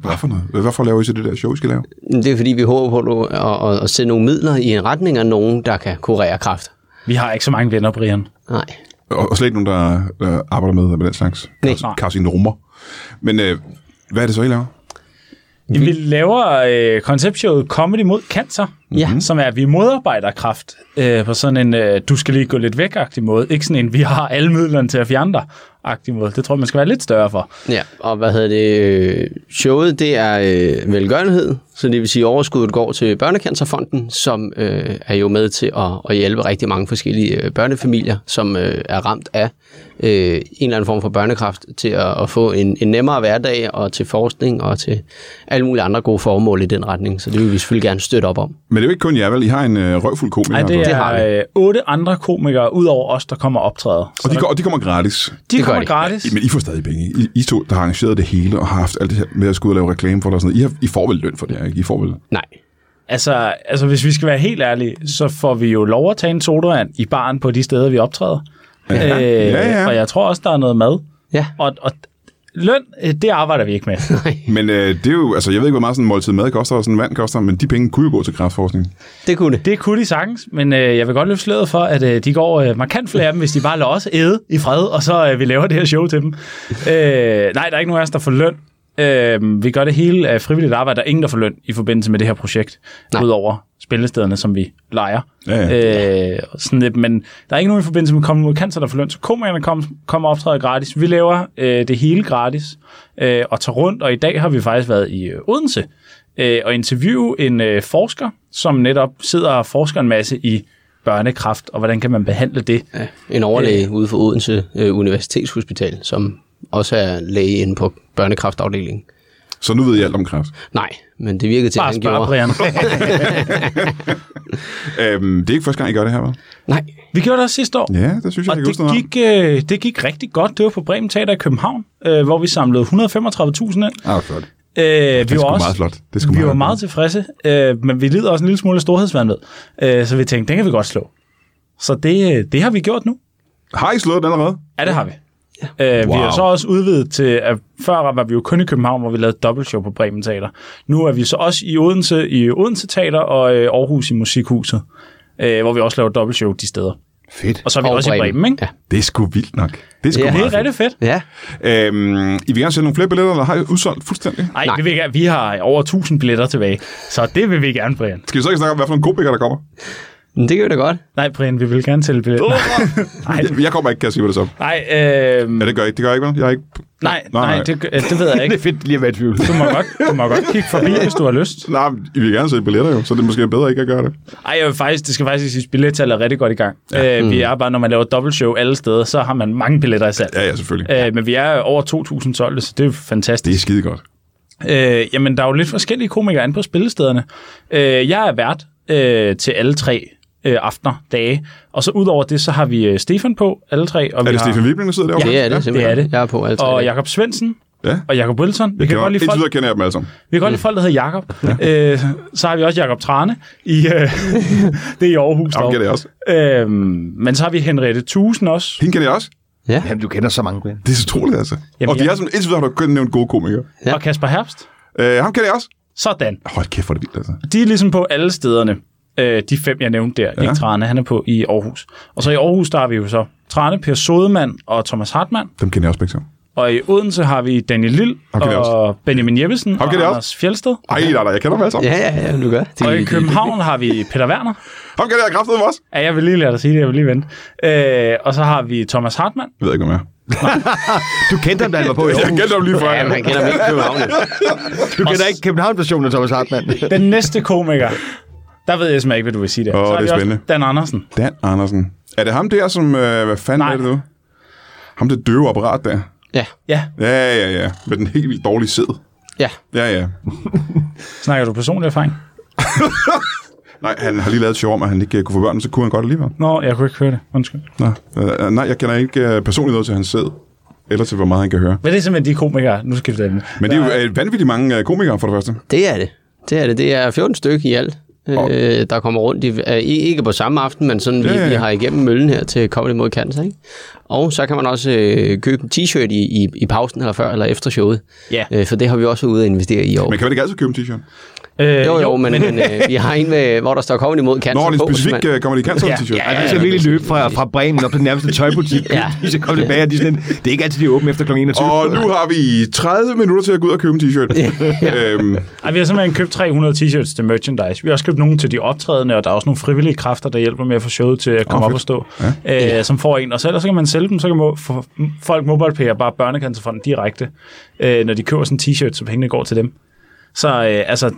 Hvad for noget? Hvorfor laver I så det der show, I skal lave?
Det er fordi, vi håber på at, at, at, at sende nogle midler i en retning af nogen, der kan kurere kraft.
Vi har ikke så mange venner, Brian.
Nej.
Og, og slet ikke nogen, der, der arbejder med, med den slags
Nej.
kars- karcinomer. Men øh, hvad er det så, I laver?
Mm-hmm.
Vi laver øh, konceptshowet Comedy mod Cancer,
Ja.
som er, at vi modarbejder kraft øh, på sådan en, øh, du skal lige gå lidt væk-agtig måde. Ikke sådan en, vi har alle midlerne til at fjerne dig-agtig måde. Det tror jeg, man skal være lidt større for.
Ja, og hvad hedder det? øh, Showet, det er øh, velgørenhed, så det vil sige, at overskuddet går til Børnecancerfonden, som øh, er jo med til at, at hjælpe rigtig mange forskellige øh, børnefamilier, som øh, er ramt af øh, en eller anden form for børnekræft, til at, at få en, en nemmere hverdag, og til forskning, og til alle mulige andre gode formål i den retning. Så det vil vi selvfølgelig gerne støtte op om.
Men det er jo ikke kun jer, vel? I har en øh, røvfuld komiker.
Ej, det
på.
Det har vi.
er øh, otte andre komikere, ud over os, der kommer og optræder. Så
Og de, går, og de kommer gratis.
de
det gør
kommer
de.
gratis.
I- Men I får stadig penge. I, I to, der har arrangeret det hele og har haft alt det her med at skulle ud og lave reklame for det og sådan noget. I, har, I får vel løn for det her, ikke? I får vel...
Nej.
Altså, altså, hvis vi skal være helt ærlige, så får vi jo lov at tage en sodavand i baren på de steder, vi optræder. Ja. Øh,
Ja, ja.
Og jeg tror også, der er noget mad.
Ja.
Og, og løn, øh, det arbejder vi ikke med.
Men øh, det er jo... Altså, jeg ved ikke, hvor meget sådan en måltid mad koster og sådan en vand koster, men de penge kunne jo gå til kræftforskning.
Det kunne det.
Det kunne de sagtens, men øh, jeg vil godt løfte sløret for, at øh, de går øh, markant flere af dem, hvis de bare lader os æde i fred, og så øh, vi laver det her show til dem. Øh, nej, der er ikke nogen af os, der får løn. Øh, vi gør det hele af frivilligt arbejde. Der er ingen, der får løn i forbindelse med det her projekt,
Nej.
udover spillestederne, som vi leger.
Ja,
Øh, sådan lidt, men der er ikke nogen i forbindelse med Common mod Cancer, der får løn, så komikerne kommer kom og optræder gratis. Vi laver øh, det hele gratis øh, og tager rundt, og i dag har vi faktisk været i øh, Odense øh, og interviewe en øh, forsker, som netop sidder og forsker en masse i børnekræft, og hvordan kan man behandle det.
Ja, en overlæge øh. ude for Odense øh, Universitetshospital, som også er læge inde på børnekræftafdelingen.
Så nu ved I alt om kræft.
Nej, men det virkede til, at
Bare
han
spørg,
gjorde.
Brian.
(laughs)
Øhm, det er ikke første gang, I gør det her, vel?
Nej,
vi gjorde det også sidste år.
Ja, det synes jeg,
Og
jeg kan huske
det
noget om.
gik, øh, det gik rigtig godt. Det var på Bremen Teater i København, øh, hvor vi samlede 135.000 ind.
Ah, flot.
Øh, vi
Det er
var
sgu
også,
meget flot. Det er sgu
Vi
meget
var
flot.
meget tilfredse, øh, men vi lider også en lille smule af storhedsvandved. Øh, så vi tænkte, den kan vi godt slå. Så det, øh, det har vi gjort nu.
Har I slået den allerede?
Ja, det har vi. Øh,
Wow.
Vi har så også udvidet til, at før var vi jo kun i København, hvor vi lavede dobbeltshow på Bremen Teater. Nu er vi så også i Odense, i Odense Teater og øh, Aarhus i Musikhuset, øh, hvor vi også laver dobbeltshow de steder.
Fedt.
Og så er vi
Og
også i
Bremen.
Bremen, ikke?
Ja.
Det er sgu vildt nok. Det er sgu
Ja.
ja.
Det
meget
er rigtig fedt.
ja.
Øhm, I vil gerne sælge nogle flere billetter, eller har I udsolgt fuldstændig?
Ej,
Nej.
Nej, det vil vi, gerne. vi har over 1000 billetter tilbage, så det vil vi gerne, Brian.
Skal vi så ikke snakke om, hvad for nogle komikere, der kommer?
Men det gør det godt.
Nej, Brian, vi vil gerne tælle billetter. (laughs) Nej,
Jeg kommer ikke, kan jeg sige, hvad det er så.
nej, øh,
Ja, det gør jeg ikke. Det gør jeg ikke, vel? Jeg er ikke...
Nej,
Nej, nej.
nej, nej. Det, øh, det ved jeg
Det
ikke.
er fedt lige at være i tvivl.
Du må, godt, du må godt kigge forbi, hvis du har lyst.
Nej, men I vil gerne sælge billetter jo, så det er måske bedre ikke at gøre det.
Ej, jeg vil faktisk, det skal faktisk sige, billettal er rigtig godt i gang. Ja. Øh, vi er bare, når man laver dobbeltshow alle steder, så har man mange billetter i salg.
Ja, ja, selvfølgelig.
Ja. Øh, men vi er over 2.000 solgte, så det er jo
Det
fantastisk.
er skide godt.
Øh, jamen, der er jo lidt forskellige komikere inde på spillestederne. Øh, jeg er vært øh, til alle tre øh, aftener, dage. Og så ud over det, så har vi øh, Stefan på, alle tre. Og
Er
vi
det
har,
Stefan Wibling, der sidder derovre?
Det er det
Ja.
simpelthen.
det er det.
Jeg er på altså.
Og Jakob Svendsen
ja.
og Jakob Wilson. Vi
Jeg
kan
kender,
godt lide
indtil
folk,
videre kender jeg dem alle sammen.
Vi kan godt lide folk, der hedder Jakob. Ja. Øh, så har vi også Jakob Trane. I, øh, (laughs) det er i Aarhus.
Ham
dog.
kender jeg også.
Øhm, men så har vi Henriette Thusen også.
Hende kender jeg også.
Ja.
Jamen, du kender så mange, Brian.
Det er så troligt, altså. Jamen,
Jamen,
og de
jeg-
er sådan, indtil videre har du kun nævnt gode komikere.
Ja.
Ja.
Og Kasper Herbst.
Øh, ham kender jeg også.
Sådan.
Hold kæft, hvor er det vildt, altså.
De er ligesom på alle stederne. Øh, de fem, jeg nævnte der. Ja. Ikke Trane, han er på i Aarhus. Og så i Aarhus, der har vi jo så Trane, Per Sodemann og Thomas Hartmann.
Dem kender jeg også begge sammen.
Og i Odense har vi Daniel Lille
Ham kender jeg
og Benjamin Jeppesen og
kender jeg også.
Anders Fjelsted.
Ej, nej, nej, jeg kender dem alle sammen.
Ja, ja, ja, du gør. Det,
Og i København har vi Peter Werner.
Ham kender jeg kraftedeme også.
Ja, jeg vil lige lade dig sige det, jeg vil lige vente. Øh, og så har vi Thomas Hartmann,
Jeg ved ikke, hvad mere.
Du kendte ham, da han var på i
Jeg
Aarhus.
kender dem lige før.
Ja, man kender mig ikke i København. ja.
Du kender ikke København-versionen af Thomas Hartmann.
Den næste komiker, der ved jeg simpelthen ikke, hvad du vil sige der.
Åh,
har
det er
vi også
spændende.
Dan Andersen.
Dan Andersen. Er det ham der, som... Øh, hvad fanden
Nej.
er det nu? Ham det døve apparat der.
ja,
Ja,
Ja, ja, ja. Med den helt vildt dårlige sæd.
ja.
Ja, ja.
snakker du personlig erfaring?
Nej, han har lige lavet et show om, at han ikke øh, kunne få børn, men så kunne han godt alligevel.
Nå, jeg kunne ikke høre det. Undskyld.
Nå, øh, nej, jeg kender ikke øh, personligt noget til hans sæd. Eller til, hvor meget han kan høre.
Men det er simpelthen de komikere. Nu skifter jeg den.
Men det er jo øh, vanvittigt mange øh, komikere, for det første.
Det er det. Det er det. Det er 14 stykker i alt.
Og-
øh, der kommer rundt, i, øh, i- ikke på samme aften, men sådan,
Ja, ja,
vi, vi
ja.
har igennem møllen her til Comedy mod Cancer. Ikke? Og så kan man også øh, købe en t-shirt i, i, i pausen eller før eller efter showet,
Ja.
øh, for det har vi også været ude at investere i i år.
Men kan man ikke altid købe en t-shirt?
Øh,
Jo, jo, men, men øh, vi har en, med, hvor der står Comedy mod Cancer
Nå, det er
på,
en
hvis
specifik
man-
uh, Comedy Cancer
Ja,
t-shirt.
ja,
Ja,
ja.
de skal virkelig løbe fra, fra Bremen op til den nærmeste tøjbutik.
Ja.
ja. De skal komme tilbage, og de er sådan, det er ikke altid, de er åbne efter kl. 21.
Og nu har vi 30 minutter til at gå ud og købe en
(laughs)
t-shirt. øhm,
Ej, vi har simpelthen købt 300 t-shirts til merchandise. Vi har også købt nogle til de optrædende, og der er også nogle frivillige kræfter, der hjælper med at få showet til at komme
Åh,
oh, op og stå, ja. øh, som får en. Og så ellers så kan man sælge dem, så kan må, for, folk mobile bare børnecancerfonden direkte, øh, når de køber sådan en t-shirt, så pengene går til dem. Så øh, altså,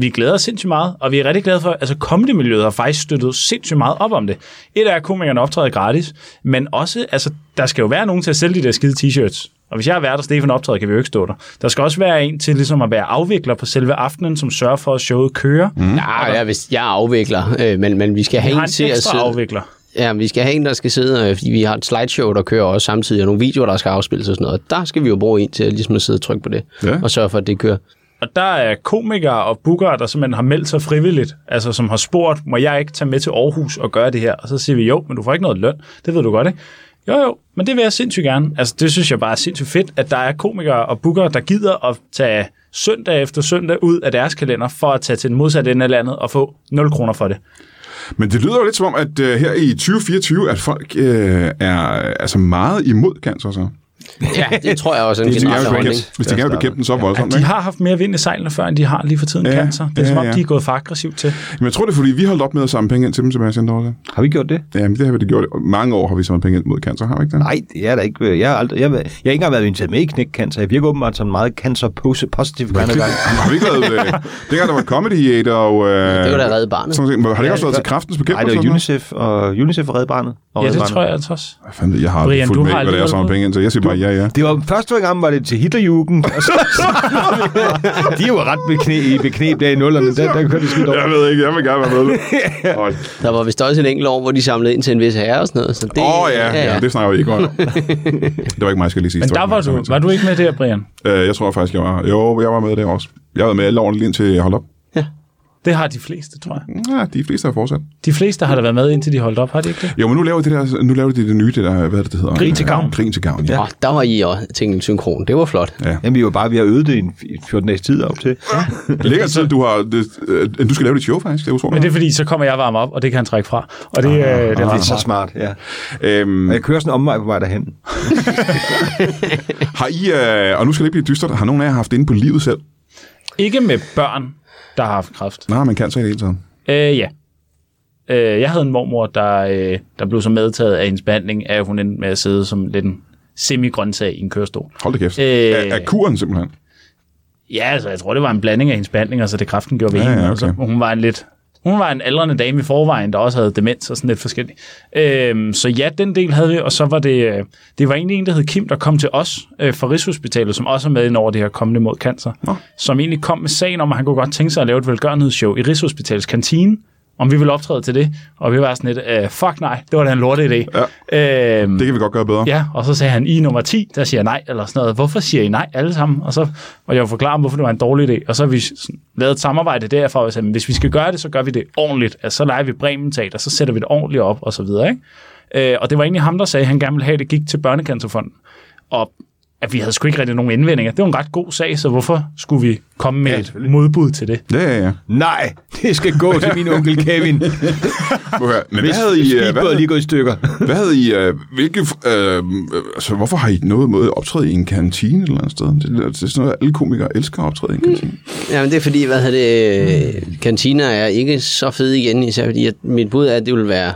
vi glæder os sindssygt meget, og vi er rigtig glade for, altså comedy-miljøet har faktisk støttet sindssygt meget op om det. Et er, at komikerne optræder gratis, men også, altså, der skal jo være nogen til at sælge de der skide t-shirts. Og hvis jeg er vært og Stefan optræder, kan vi jo ikke stå der. Der skal også være en til ligesom at være afvikler på selve aftenen, som sørger for, at showet kører.
øh,
Mm.
Nej, ja, hvis jeg er afvikler, øh, men, men vi skal
Vi
have
har
en til
en
at
ekstra
sidde.
afvikler.
Ja, vi skal have en, der skal sidde, øh, fordi vi har et slideshow, der kører også samtidig, og nogle videoer, der skal afspilles og sådan noget. Der skal vi jo bruge en til at ligesom at sidde og trykke på det,
Ja.
ja. og sørge for, at det kører.
Og der er komikere og bookere, der simpelthen har meldt sig frivilligt, altså som har spurgt, må jeg ikke tage med til Aarhus og gøre det her? Og så siger vi, jo, men du får ikke noget løn. Det ved du godt, ikke? Jo, jo, men det vil jeg sindssygt gerne. Altså, det synes jeg bare er sindssygt fedt, at der er komikere og bookere, der gider at tage søndag efter søndag ud af deres kalender, for at tage til den modsatte ende af landet og få 0 kroner for det.
men det lyder jo lidt som om, at uh, her i 2024, at folk uh, er altså meget imod cancer. Så.
Ja, (laughs) det tror jeg også er en
Hvis de gerne
generel
vil
holdning.
bekæmpe, hvis de gerne vil bekæmpe den så voldsomt.
De
ikke?
har haft mere vind i sejlene før, end de har lige for tiden
Ja,
ja, cancer. Det er
ja,
som om,
ja.
de er gået for aggressivt til.
Men jeg tror, det er, fordi vi holdt op med at samle penge ind til dem, Sebastian Dorte.
Har vi gjort det?
Ja, men det har vi det gjort. i Mange år har vi samlet penge ind mod cancer, har vi ikke det?
Nej, det er der ikke. Jeg har, aldrig, jeg, jeg har ikke engang været inviteret med i knækcancer. Jeg virker åbenbart som en meget cancer-positiv gang.
(laughs) Har vi ikke været... Øh, dengang der var Comedy 8 og... Øh,
Det var da redde barnet.
sådan noget, har det ikke også
Ja,
været
det
til kraftens
Nej,
bekæmpelse?
det
og
var
sådan noget?
UNICEF og UNICEF og Red Barnet. Og
Ja,
Red
det
Barnet.
tror jeg altså også.
Hvad fanden ved jeg? Jeg har aldrig
Brian,
fulgt
du
med,
har
i, hvad det er,
alligevel
at samle penge ind til. Jeg siger bare, ja, ja.
Det var første gang var det til Hitlerjugend. og så- (laughs) de var ret beknæ, i beknep der i nullerne. Der, der kørte de skidt over.
Jeg ved ikke, jeg vil gerne være (laughs) med. Hold.
Der var vist også et enkelt år, hvor de samlede ind til en vis herre og sådan noget. Så det,
Åh oh, ja, ja, det snakker vi
(laughs)
ikke om. det var ikke mig, jeg skal lige sige.
Men
Det
der
ikke
var
mig,
du,
jeg
var du ikke med der, Brian?
sagde. Øh, jeg tror faktisk, jeg var. Jo, jeg var med der også. Jeg var med alle årene lige indtil jeg holdt op.
Det har de fleste, tror jeg.
Ja, de fleste har fortsat.
De fleste har da været med, indtil de holdt op, har de ikke det?
Jo, men nu laver de det der, nu laver de det nye, det der, hvad er det, det hedder?
Grin til gavn.
Grin til gavn, ja.
Åh, der var I og tingene synkron. Det var flot.
Jamen, vi var bare, vi har øvet det i en f- i 14 dages tid op til.
Lækker tid, du har, det, øh, du skal lave dit show faktisk, det er
Men
utroligt.
det er fordi, så kommer jeg varm op, og det kan han trække fra. Og det, ah, øh, det er
Det er
lidt
så
smart.
smart, ja.
Øhm,
Og jeg kører sådan en omvej på vej derhen.
har I, øh, og nu skal det ikke blive dystert, har nogen af jer haft det inde på livet selv?
Ikke med børn, der har haft kræft.
Nej, man kan så i det hele taget.
Øh, ja. Øh, jeg havde en mormor, der, øh, der blev så medtaget af hendes behandling, at hun endte med at sidde som lidt en semi-grøntsag i en kørestol.
Hold da kæft.
Øh.
Øh. Er, kuren simpelthen?
Ja, altså, jeg tror, det var en blanding af hendes behandling, og så det kræften gjorde ved
Ja,
hende.
ja,
og så-
okay.
Hun var en lidt... Hun var en aldrende dame i forvejen, der også havde demens og sådan lidt forskelligt. Øhm, så ja, den del havde vi, og så var det, øh, det var egentlig en, der hed Kim, der kom til os øh, fra Rigshospitalet, som også er med ind over det her kommende mod cancer, Nå. som egentlig kom med sagen om, at han kunne godt tænke sig at lave et velgørenhedsshow i Rigshospitalets kantine, om vi ville optræde til det, og vi var sådan lidt, øh, fuck nej, det var da en lorte idé. Ja. Øhm,
Det kan vi godt gøre bedre.
Ja, og så sagde han, I er nummer 10, der siger jeg nej, eller sådan noget. Hvorfor siger I nej alle sammen? Og så og jeg forklare ham, hvorfor det var en dårlig idé. Og så har vi sådan lavet et samarbejde derfra, og jeg sagde, "Men hvis vi skal gøre det, så gør vi det ordentligt. Altså, så leger vi Bremen Teater, så sætter vi det ordentligt op, og så videre. Ikke? Øh, og det var egentlig ham, der sagde, at han gerne ville have, at det gik til Børnecancerfonden. Og at vi havde sgu ikke rigtig nogen indvendinger. Det var en ret god sag, så hvorfor skulle vi komme med et modbud til det?
Ja, ja, ja.
Nej, det skal gå til min onkel (laughs) Kevin.
Må jeg høre, Men hvad
Hvis
havde I, øh,
speedbåd
hvad,
lige går i stykker.
hvad havde I, øh, hvilke, øh, altså, hvorfor har I noget måde optræde i en kantine et eller andet sted? Det, det, er sådan noget, alle komikere elsker at optræde i en kantine.
Jamen, det er fordi, hvad hedder det,
Hmm.
øh, kantiner er ikke så fede igen, især fordi at mit bud er, at det vil være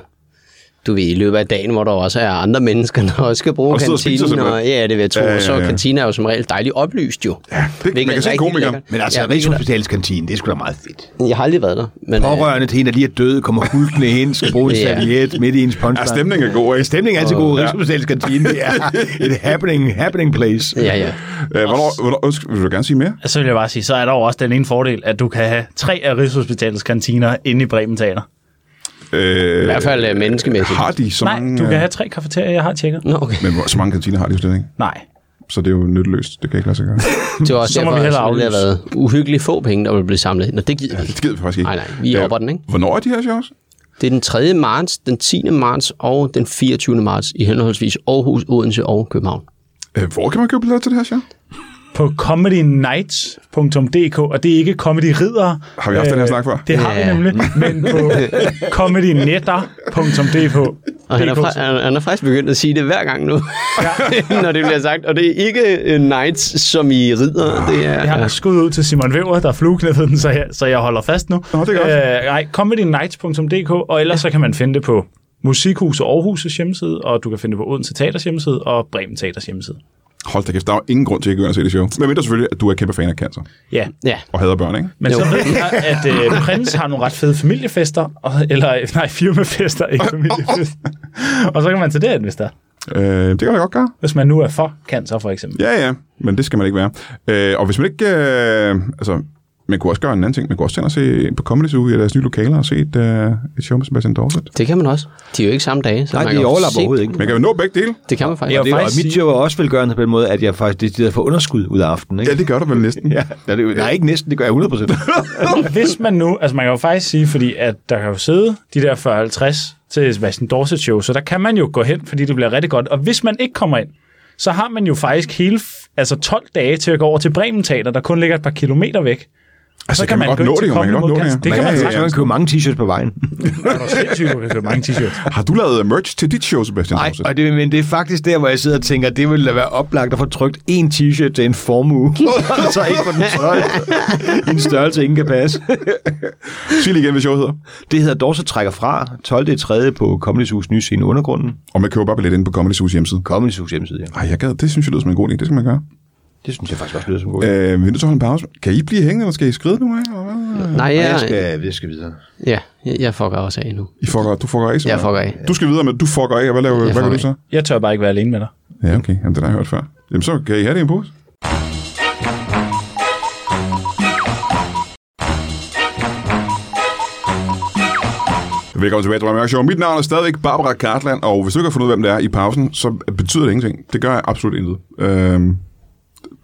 du ved, i løbet af dagen, hvor der også er andre mennesker, der også skal bruge
Og sidder og spiser
kantinen. Og,
simpelthen.
ja, det vil jeg tro.
Ja, ja,
Og så
ja.
er kantiner er jo som regel dejligt oplyst jo. Ja,
Det, man kan se komikere.
Men altså, ja,
ja, hvilket
Rigshospitalets kantine, det er sgu da meget fedt.
er- jeg har aldrig været der. Men, øh,
Pårørende til en, der lige er død, kommer hulkende hen, skal bruge en
Ja.
serviet midt i ens
Ja,
punchline.
stemningen er god, ikke?
Stemningen er altid god.
Ja.
Rigshospitalets kantine, det er et happening, happening place.
ja, ja.
Øh, hvornår, hvornår, undskyld, vil du gerne sige mere?
Så vil jeg bare sige, så er der jo også den ene fordel, at du kan have tre af Rigshospitalets kantiner inde i Bremen Teater.
Øh,
I hvert fald øh, menneskemæssigt.
Har de så
Nej,
mange...
du
øh,
kan have tre kafeterier, jeg har tjekket.
Nå, okay.
Men hvor, så mange kantiner har de jo slet ikke.
Nej.
så det er jo nytteløst. Det kan jeg ikke lade sig gøre.
Det var også
Så må
derfor,
vi
at
hellere
det har været uhyggeligt få penge, der vil blive samlet ind, og det gider vi ikke.
det gider vi faktisk ikke.
Nej, nej, vi
Øh,
hopper den, ikke?
Hvornår er de her shows?
Det er den 3. marts, den 10. marts og den 24. marts i henholdsvis Aarhus, Odense og København.
Øh, Hvor kan man købe billetter til det her show?
på comedynights.dk, og det er ikke Comedy Ridder.
Har vi haft den her snak før?
Det har
Ja.
vi nemlig, men på
(laughs)
comedynetter.dk.
Og han er, fra, han, han er faktisk begyndt at sige det hver gang nu, ja. (laughs) når det bliver sagt. Og det er ikke uh, knights, som I rider. Det er, øh,
Jeg har
ja.
skudt ud til Simon Væver, der flueknæppede den, så jeg, så jeg holder fast nu.
Nå, det er godt.
Øh, nej, comedynights.dk, og ellers så kan man finde det på Musikhus og Aarhus' hjemmeside, og du kan finde det på Odense Teaters hjemmeside og Bremen Teaters hjemmeside.
Hold da kæft, der er jo ingen grund til at ikke at gå ind og se det show. Men mindre selvfølgelig, at du er kæmpe fan af cancer.
Ja,
ja.
Og hader børn, ikke?
men jo. så
Jo.
ved jeg, at øh, prins har nogle ret fede familiefester, og, eller øh, nej, firmafester, ikke familiefester. og så kan man til det, hvis der
Øh, det kan man godt gøre.
hvis man nu er for cancer, for eksempel.
Ja, ja, men det skal man ikke være. Øh, og hvis man ikke... Øh, altså, man kunne også gøre en anden ting. Man kunne også tænke at se ind på Comedy Zoo i deres nye lokaler og se et, øh, et show med Sebastian Dorset.
Det kan man også. De er jo ikke samme dage. Så
Nej,
man
de
kan jo
overlapper
se-
overhovedet ikke.
Man kan jo nå begge dele.
Det kan man faktisk.
Ja,
Og, det, og
faktisk
mit
sige-
job er også velgørende på den måde, at jeg faktisk det får underskud ud af aftenen. Ikke?
Ja, det gør du vel næsten.
Ja, det er det jo. Nej, ikke næsten, det gør jeg (laughs) 100%.
Hvis man nu, altså man kan jo faktisk sige, fordi at der kan jo sidde de der 40-50 til Sebastian Dorset Show, så der kan man jo gå hen, fordi det bliver rigtig godt. Og hvis man ikke kommer ind, så har man jo faktisk hele, f- altså 12 dage til at gå over til Bremen Teater, der kun ligger et par kilometer væk. Og så
kan man godt nå Altså, det jo, man kan godt nå det, ja.
Det kan
Ja,
man
ja,
Så kan man
sagtens.
købe mange t-shirts på vejen.
Man er jo sindssyg, hvor man kan købe mange t-shirts.
Har du lavet merch til dit show, Sebastian
Nej,
Dorset?
og det, men det er faktisk der, hvor jeg sidder og tænker, det ville da være oplagt at få trykt en t-shirt til en (laughs) formue. så ikke på den størrelse. I en størrelse, ingen kan passe.
Sig lige igen, hvad showet hedder.
Det hedder Dorset trækker fra 12. 3. på Comedy Sus nye scene Undergrunden.
Og man køber bare billet inde på Comedy Zoo's hjemmeside.
Comedy Sus hjemmeside, ja.
Ej, jeg gad, det synes jeg lyder som en god idé. Det skal man gøre.
Det synes jeg faktisk også lyder som en god. idé.
Øh, vil du så holde en pause? Kan I blive hængende, eller skal I skride nu? Af, eller hvad?
Nej,
Og jeg
Øh, jeg,
skal, jeg skal videre.
ja, jeg, jeg fucker også af nu.
I fucker, du fucker af,
Jeg
Sebastian.
fucker af.
Du skal videre med, du fucker af, og hvad, laver,
Jeg
hvad gør
fucker
du så?
Jeg tør bare ikke være alene med dig.
Ja, okay. Jamen, den har jeg hørt før. Jamen, så kan I have det i en pose. Velkommen tilbage til Brian Mørk Show. Mit navn er stadigvæk Barbara Kartland, og hvis du ikke har fundet ud af, hvem det er i pausen, så betyder det ingenting. Det gør absolut intet. Øhm,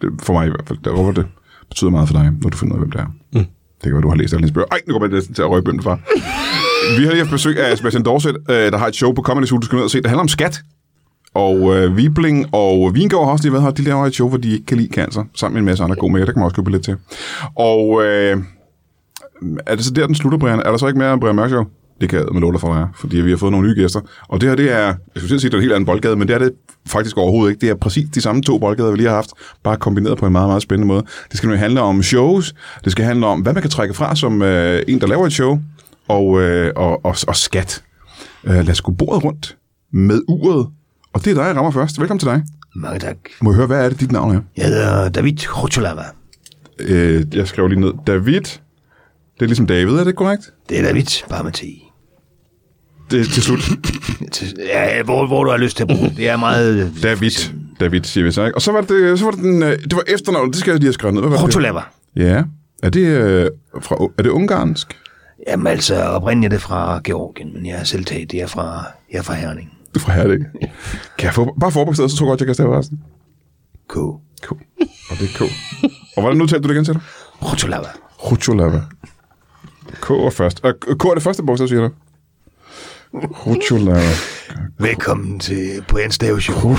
det- for mig i hvert fald. Jeg håber, det betyder meget for dig, når du finder ud af, hvem det er. Mm. Det kan være, du har læst alle dine bøger. Ej, nu kommer jeg næsten til at røge bønden fra. Vi har lige haft besøg af Sebastian Dorset, øh, der har et show på Comedy Zoo, du skal ned og se. Det handler om skat. Og øh, Vibling og Vingård har også lige været her. De laver et show, hvor de ikke kan lide cancer, sammen med en masse andre komikere. Der kan man også købe lidt til. Og øh, er det så der, den slutter, Brian? Er der så ikke mere Brian Mørk Show? Det kan jeg med låter for dig, fordi vi har fået nogle nye gæster. Og det her, det er, jeg skulle til at sige, det er en helt anden boldgade, men det er det faktisk overhovedet ikke. Det er præcis de samme to boldgader, vi lige har haft, bare kombineret på en meget, meget spændende måde. Det skal nemlig handle om shows, det skal handle om, hvad man kan trække fra som øh, en, der laver et show, og, øh, og, og, og skat. Øh, lad os gå bordet rundt med uret. Og det er dig, jeg rammer først. Velkommen til dig.
Mange tak.
Må jeg høre, hvad er det, dit navn er?
Jeg hedder David Rotulava.
Øh, jeg skrev lige ned. David. Det er ligesom David, er det korrekt?
Det er David, bare med ti.
Det er til slut.
Ja, hvor, hvor du har lyst til (laughs) at bruge. Det er meget...
David. David, siger vi så, ikke? Og så var det, så var det den, øh, det var efternavnet, det skal jeg lige have skrevet ned. Hvad var det?
Rotulava.
Ja. Er det, øh, fra, er det ungarsk?
Jamen altså, oprindeligt er det fra Georgien, men jeg er selv taget. Det er fra, jeg er fra Herning.
Det er fra Herning. Kan jeg få, bare forbogstavet, så tror jeg godt, jeg kan stave resten.
K.
K. Og det er K. Og hvordan udtalte du det igen til dig?
Rotulava.
Rucholava. K er først. Og K er det første bogstav, siger du? Rucholava.
Velkommen til Brian Stave Show.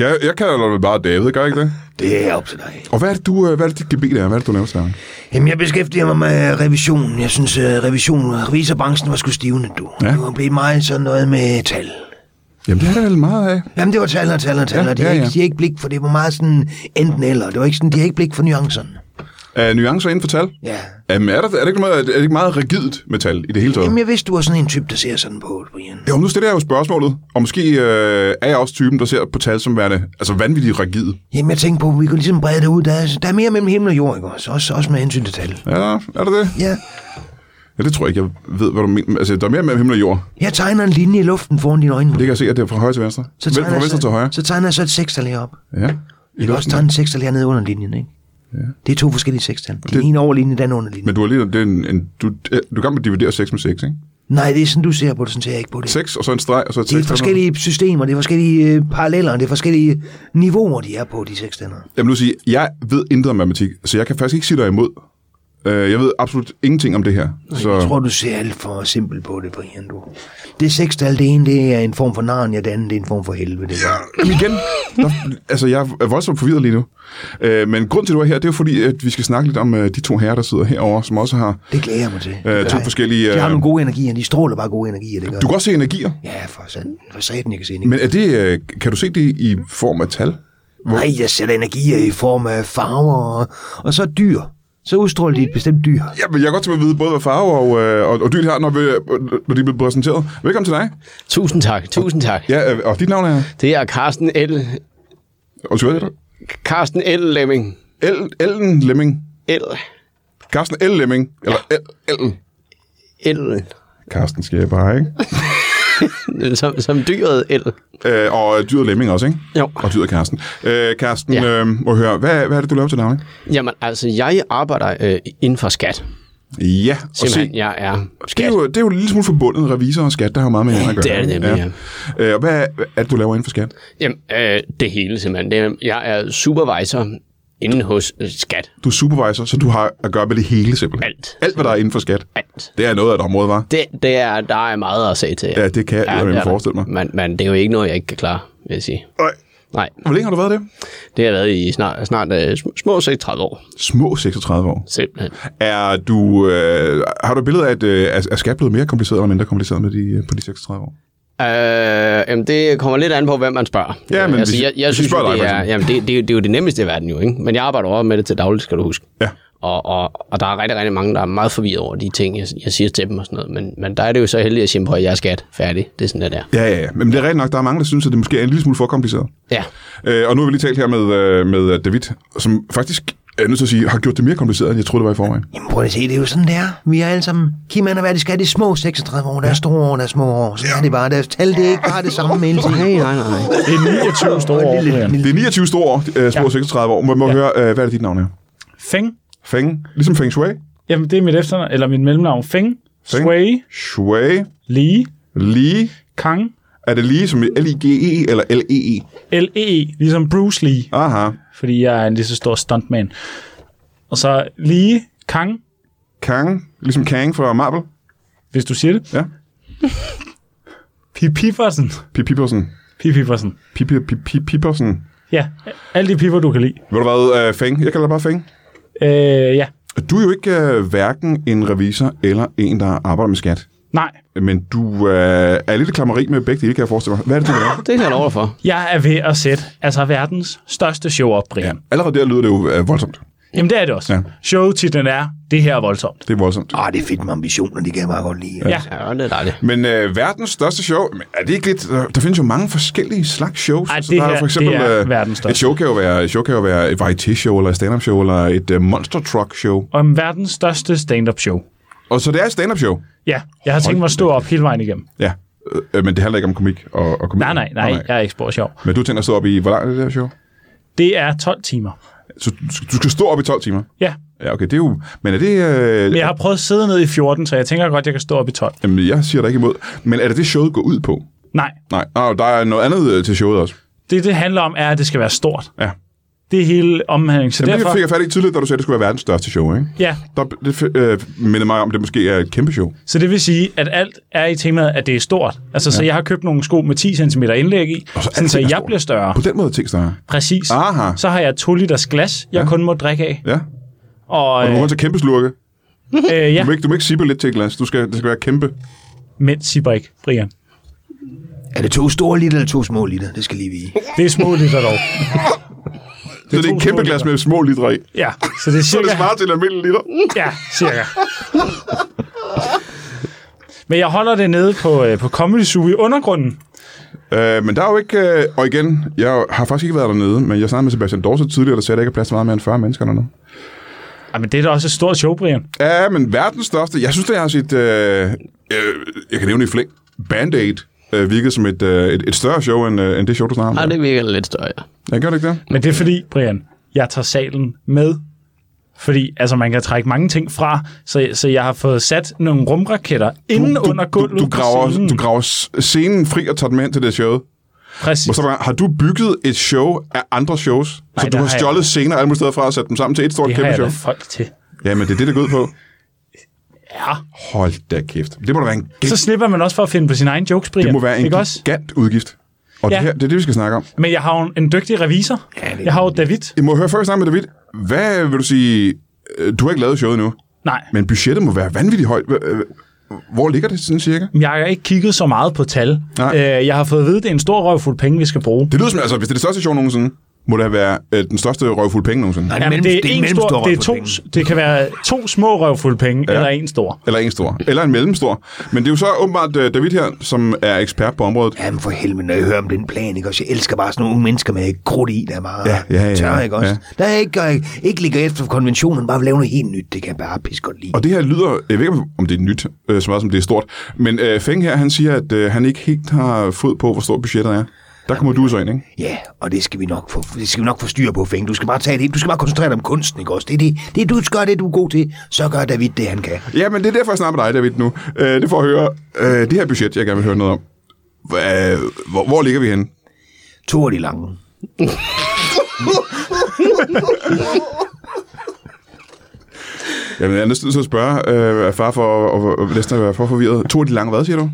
Jeg, jeg kalder dig vel bare David, gør jeg ikke det?
Det er op til dig.
Og hvad er det, du, øh, hvad er det dit gebet er? Hvad er det, du laver sammen?
Jamen, jeg beskæftiger mig med revision. Jeg synes, at revision og revisorbranchen var sgu stivende, du.
Ja.
Ja. Det var blevet meget sådan noget med tal.
Jamen, det er der vel meget af.
Jamen, det var tal og tal og tal,
Ja,
ja, og de,
ja,
ja,
ja.
Ikke, de har ikke blik for det. var meget sådan enten eller. Det var ikke sådan, de har ikke blik for nuancerne.
Er nuancer inden for tal?
Ja.
Jamen, er, der, er, det ikke meget, er det ikke meget rigidt med tal i det hele taget?
Jamen, jeg vidste, du var sådan en type, der ser sådan på det, Brian.
Jo, nu stiller jeg jo spørgsmålet, og måske øh, er jeg også typen, der ser på tal som værende altså vanvittigt rigid.
Jamen, jeg tænkte på, at vi kunne ligesom brede det ud. Der er, der er mere mellem himmel og jord, ikke også? Også, også med hensyn til tal.
Ja, er det det?
Ja.
Ja, det tror jeg ikke, jeg ved, hvad du mener. Altså, der er mere mellem himmel og jord.
Jeg tegner en linje i luften foran dine øjne.
Det kan jeg se, at det er fra højre til venstre. Så
tegner
fra
jeg
venstre til højre.
Så tegner jeg så et sekstal heroppe.
Ja. I
Jeg kan også
luften.
tegne en sekstal hernede under linjen, ikke? Ja. Det er to forskellige sekstal. Den ene over linjen, den anden under linjen.
Men du er lige, det er en, en, du, øh, du er i gang med at dividere 6 med 6, ikke?
Nej, det er sådan, du ser på det, sådan ser jeg ikke på det.
6, og så en streg, og så et
Det er
6.
forskellige systemer, det er forskellige øh, paralleller, det er forskellige øh, niveauer, de er på, de sekstændere.
Jeg vil nu sige, jeg ved intet om matematik, så jeg kan faktisk ikke sige dig imod. Øh, Jeg ved absolut ingenting om det her. Så
Jeg tror, du ser alt for simpelt på det, Brian, du. Det sekstal, det ene, det er en form for narn, ja, det andet, det er en form for helvede. Det er.
Jamen igen, der, altså jeg er voldsomt forvirret lige nu. Øh, Men grund til, at du er her, det er jo fordi, at vi skal snakke lidt om øh, de to herrer, der sidder herovre, som også har
Det glæder jeg mig til.
øh, to
Ja.
forskellige...
De har
øh,
nogle gode energier, de stråler bare gode energier, det gør
Du
de.
kan også se energier,
Ja, for satan. For satan, jeg kan se energi.
men er det, øh, kan du se det i form af tal?
Nej, jeg sætter energier i form af farver, og, og så dyr. Så udstråler de et bestemt dyr.
Ja, men jeg kan godt tænke mig at vide både, hvad farve og, øh, og, og dyrt har, når, vi, når de bliver præsenteret. Velkommen til dig.
Tusind tak, tusind tak.
Ja, øh, og dit navn er...
Det er Carsten L.
Og så hedder det?
Carsten L. Lemming.
El, Ellen Lemming.
L.
Carsten L. Lemming. Eller El, Ellen.
L.
Carsten skal jeg bare, ikke?
Som, som dyret L.
Øh, og dyret Lemming også, ikke?
Jo.
Og dyret Carsten. Øh, Carsten,
Ja.
ja. øh, må jeg høre, hvad, hvad er det, du laver til navn?
Jamen, altså, jeg arbejder øh, inden for skat.
Ja, og se,
Simpelthen, jeg er
det er,
skat.
jo, det er jo en lille smule forbundet, revisor og skat, der har jo meget med hinanden at
det
gøre.
er det nemlig,
ja. Øh, og hvad er det, du laver inden for skat?
Jamen, øh, det hele simpelthen. Det er, jeg er supervisor inden hos øh, skat.
Du er supervisor, så du har at gøre med det hele simpelthen.
Alt.
Alt, hvad der er inden for skat.
Alt.
Det er noget af et område, var.
Det, det er, der er meget at sige til.
Ja, det kan jeg
det
ja,
er
jeg
der.
forestille mig.
Men, men det er jo ikke noget, jeg ikke kan klare, vil jeg sige.
Øj,
Nej,
Hvor længe har du været det?
det har jeg været i snart, snart øh, sm- små 36 år,
Små 36 år.
simpelthen.
Er du, øh, har du et billede af, at øh, er- er skat blevet mere kompliceret eller mindre kompliceret med de, øh, på de 36 år?
Øh, jamen det kommer lidt an på, hvem man spørger.
Ja, men
altså,
hvis-
jeg,
hvis
jeg
vi
synes,
spørger
jo,
dig,
det
for
er,
eksempel.
jamen, det, det, er jo- det er jo det nemmeste i verden jo, ikke? Men jeg arbejder også med det til dagligt, skal du huske.
Ja.
Og, og, og der er rigtig, rigtig mange, der er meget forvirret over de ting, jeg, jeg siger til dem og sådan noget. Men, men der er det jo så heldigt at sige, at jeg er skat færdig. Det er sådan, det der.
Ja, ja, ja. Men det er rigtigt nok, der er mange, der synes, at det måske er en lille smule for kompliceret.
Ja,
Øh, og nu har vi lige talt her med, øh, med øh, David, som faktisk, jeg er nødt til at sige, har gjort det mere kompliceret, end jeg troede, det var i forvejen.
Jamen prøv lige at se, det er jo sådan, det er. Vi er alle sammen, Kim han har været i skat i små 36 år, der er store år, der er små år. Sådan er det bare, deres tal, det er ikke bare det samme hele tiden.
nej, nej, nej.
Det er 29 store år, Brian.
Det er 29 store år, øh, små ja. 36 år. Må, må ja. høre, øh, hvad er det dit navn er?
Feng.
Feng, ligesom Feng Shui.
Jamen, det er mit efternavn, eller mit mellemnavn. Feng,
Feng.
Sway,
Shui,
Lee,
Lee.
Kang,
Er det lige som i L-I-G-E eller L-E-E?
L-E, ligesom Bruce Lee,
Aha.
fordi jeg er en lige så stor stuntman. Og så Lee, Kang,
Kang, ligesom Kang fra Marvel.
hvis du siger det.
Ja.
Pip Pippersen.
(laughs) Pip Pippersen.
Pip Pippersen.
Pip Pip- Pip- Pip- Pippersen.
Ja, alle de piper, du kan lide.
Ved du hvad, uh, Feng? Jeg kalder dig bare Feng.
Øh, ja.
Du er jo ikke uh, hverken en revisor eller en, der arbejder med skat.
Nej,
Men du uh, er lidt i klammeri med begge dele, kan jeg forestille mig. Hvad er det, du gør?
Det kan jeg love dig for.
jeg er ved at sætte altså verdens største show op, Brian. Ja.
Allerede der lyder det jo uh, voldsomt.
Jamen, det er det også.
Ja.
Ja. Showtitlen er, det her er voldsomt.
Det er voldsomt.
Åh, det er fedt med ambitioner, det kan jeg bare godt lide.
Ja.
Ja, det er dejligt.
Men uh, verdens største show, men er det ikke lidt... Uh, der findes jo mange forskellige slags shows.
Ej,
Altså,
det
der er
her,
for eksempel,
det er
øh,
verdens største.
Et show kan jo være et, show kan jo være et variety-show, eller et stand-up-show, eller et uh, monster truck-show.
Om verdens største stand-up show.
Og så det er et stand-up-show.
Ja, jeg har tænkt mig at stå op hele vejen igennem.
Ja. Øh, men det handler ikke om komik og, og komik.
Nej, nej, nej, jeg er ikke spor sjov.
Men du tænker at stå op i... Hvor langt er det der show?
Det er 12 timer.
Så du skal- du skal stå op i 12 timer?
Ja,
Ja, okay, det er jo... Men er det... Øh,
men jeg har prøvet at sidde ned i 14, så jeg tænker godt, jeg kan stå op i 12.
jamen, jeg siger dig ikke imod. Men er det det, showet går ud på?
Nej,
Nej, Ah, og der er noget andet øh, til showet også.
det det handler om, er, at det skal være stort.
Ja.
Det er hele omhandlingen. Så
Jamen,
derfor,
Det fik jeg fat i tidligere, da du sagde, at det skulle være verdens største show, ikke?
ja,
Der, det øh, minder mig om, at det måske er et kæmpe show.
så det vil sige, at alt er i temaet, at det er stort. Altså, ja. så jeg har købt nogle sko med 10 cm indlæg i,
Og så
sådan,
alting
så
er
jeg
stort.
bliver større.
På den måde er ting større.
Præcis.
Aha.
Så har jeg 2 liters glas, jeg ja. kun må drikke af.
Ja,
Og,
og du
øh,
må til kæmpe slurke.
øh,
Du
ja,
må ikke, du må ikke sippe lidt til et glas. Du skal, det skal være kæmpe.
mænd sipper ikke, Brian.
Er det to store liter eller to små liter? Det skal lige vide.
Det er små liter dog.
Det så det er et
to
kæmpe
store
glas med små liter i.
Ja, så det er
Så det
cirka
svarer til en almindelig liter.
Ja, cirka. Men jeg holder det nede på, øh, på Comedy Zoo i undergrunden.
Øh, men der er jo ikke... Øh, og igen, jeg har faktisk ikke været dernede, men jeg snakkede med Sebastian Dorset tidligere, der sagde, at der ikke er plads til meget mere end 40 mennesker dernede.
Ej, men det er da også et stort show, Brian.
Ja, men verdens største. Jeg synes, det har sit... Øh, øh, jeg kan nævne i flæng. Band-Aid øh, virkede som et, øh, et, et større show, end, øh, end det show, du snakker
Nej,
om.
det virker lidt større. ja.
Jeg gør det ikke det?
Men det er fordi, Brian, jeg tager salen med Fordi altså, man kan trække mange ting fra, så, så jeg har fået sat nogle rumraketter inden
du,
Mm, under
du,
gulvet. Mm.
du,
på
graver,
scenen.
du graver s- scenen fri og tager dem hen til det show.
Præcis.
Og så har du bygget et show af andre shows, Nej, så
det
du har
har jeg
stjålet
ikke.
scener alle mulige steder fra og sat dem sammen til et stort
Det har
kæmpe
jeg da
show.
folk til.
Jamen, det er det, det går ud på.
Ja.
Hold da kæft. Det må da være en
Så slipper man også for at finde på sin egen jokes, Brian.
Det må være en
ikke også?
gigant udgift. Og ja.
Ja.
det, her, det er det, vi skal snakke om.
Men jeg har jo en, en dygtig revisor. Ja, jeg har jo David.
Jeg må høre først snakke med David. Hvad vil du sige... øh, Du har ikke lavet showet nu,
Nej.
men budgettet må være vanvittigt højt. Hva- øh, Hvor ligger det sådan cirka?
Jeg har ikke kigget så meget på tal.
Nej.
Øh, jeg har fået at vide, at det er en stor røvfuld penge, vi skal bruge.
Det lyder som, altså hvis det er det største show nogensinde, må det være øh, den største røvfuld penge nogensinde.
Nej,
Jamen, det, er
en
en
mellemstor
stor, det, er
røvfuld
to, det kan være to små røvfulde penge, ja. eller en stor.
Eller en stor. Eller en mellemstor. Men det er jo så åbenbart øh, David her, som er ekspert på området.
Jamen for helvede, når jeg hører om den plan, ikke også? Jeg elsker bare sådan nogle unge mennesker med krudt i, der er meget
Ja, ja, ja,
tør, ikke også?
ja.
Der er ikke, og ikke- ikke ligger efter konventionen, bare vil lave noget helt nyt, det kan jeg bare pisse godt lide.
Og det her lyder, jeg ved ikke om det er nyt, øh, så meget som det er stort, men øh, Feng her, han siger, at øh, han ikke helt har fod på, hvor stort budgettet er. Der kommer du så ind, ikke?
Ja, og det skal vi nok få, det skal vi nok få styr på, Feng. Du skal bare tage det, du skal bare koncentrere dig om kunsten, ikke også? Det er det, det er du skal gøre det, du er god til, så gør David det, han kan.
Ja, men det er derfor, jeg snakker med dig, David, nu. Øh, det får at høre. Øh, det her budget, jeg gerne vil høre noget om. Hva, hvor, hvor ligger vi henne?
To af de lange.
Jamen, jeg er næsten nødt til at spørge, øh, er far for, og, og næsten at være for forvirret. To af de lange, hvad siger du?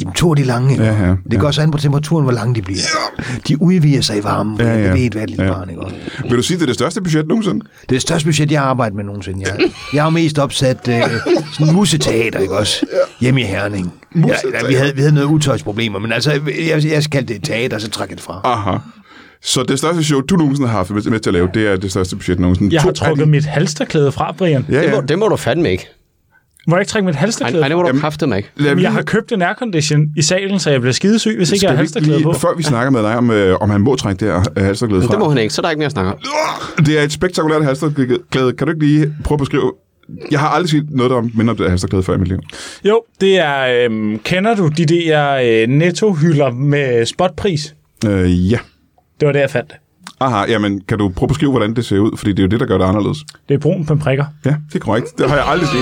Jamen, to af de lange, ikke?
Ja, ja,
Det går så an på temperaturen, hvor lange de bliver. De udviger sig i varmen,
Ja,
ja,
ja.
ja. det ved hvert lille
Ja.
ja. barn, ikke også?
Vil du sige, det er det største budget nogensinde?
Det er det største budget, jeg har arbejdet med nogensinde. Jeg, jeg har jo mest opsat øh, sådan museteater, ikke også? Hjemme i Herning. Ja,
Museteater.
ja, vi, havde, vi havde noget utøjsproblemer, men altså, jeg, jeg kaldte det et teater, så trak jeg det fra.
Aha. Så det største show, du nogensinde har haft med, med til at lave, det er det største budget nogensinde.
Jeg
To
har
af
trukket
de-
mit halsterklæde fra, Brian.
Ja,
Det,
ja. Altså,
må, det må du fandme ikke.
Må jeg ikke trække mit
Ej,
halsterklæde
ej, det må du
Jamen-
kraftedeme ikke.
Lad
Jamen,
lige-
jeg har købt en aircondition i salen, så jeg bliver skidesyg, hvis ikke jeg har
Skal vi
halsterklæde på.
Før vi snakker med dig om, øh, om han må trække det her øh, halsterklæde fra.
Det må han ikke, så der er ikke mere at snakke om.
Det er et spektakulært halsterklæde. Kan du ikke lige prøve at beskrive? Jeg har aldrig set noget om mindre om det her halsterklæde før i mit liv.
Jo, det er... Øhm, kender du de der øh, nettohylder med spotpris?
Øh, ja.
Det var det, jeg fandt.
Aha, jamen, kan du prøve at beskrive, hvordan det ser ud? Fordi det er jo det, der gør det anderledes.
Det er brun på prikker.
Ja, det er korrekt. Det har jeg aldrig set.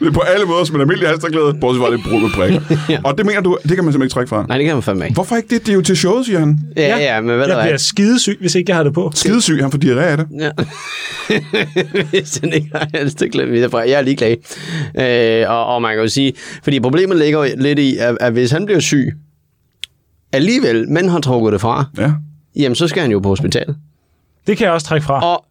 Det er på alle måder som en almindelig halsterklæde, bortset fra at det er brud med
(laughs)
prikker. Og det mener du, det kan man simpelthen ikke trække fra.
Nej, det kan man fandme ikke.
Hvorfor ikke det? Det er jo til showet, siger han.
Ja, ja, men hvad
jeg
der er.
bliver skidesyg, hvis ikke jeg har det på.
Skidesyg, han får diarré af det.
Ja. (laughs) Hvis den ikke har halsteklemmer, jeg er ligeglad. Øh, og, og man kan jo sige, fordi problemet ligger jo lidt i, at, at hvis han bliver syg, alligevel, men har trukket det fra,
Ja.
jamen så skal han jo på hospitalet.
Det kan jeg også trække fra.
Og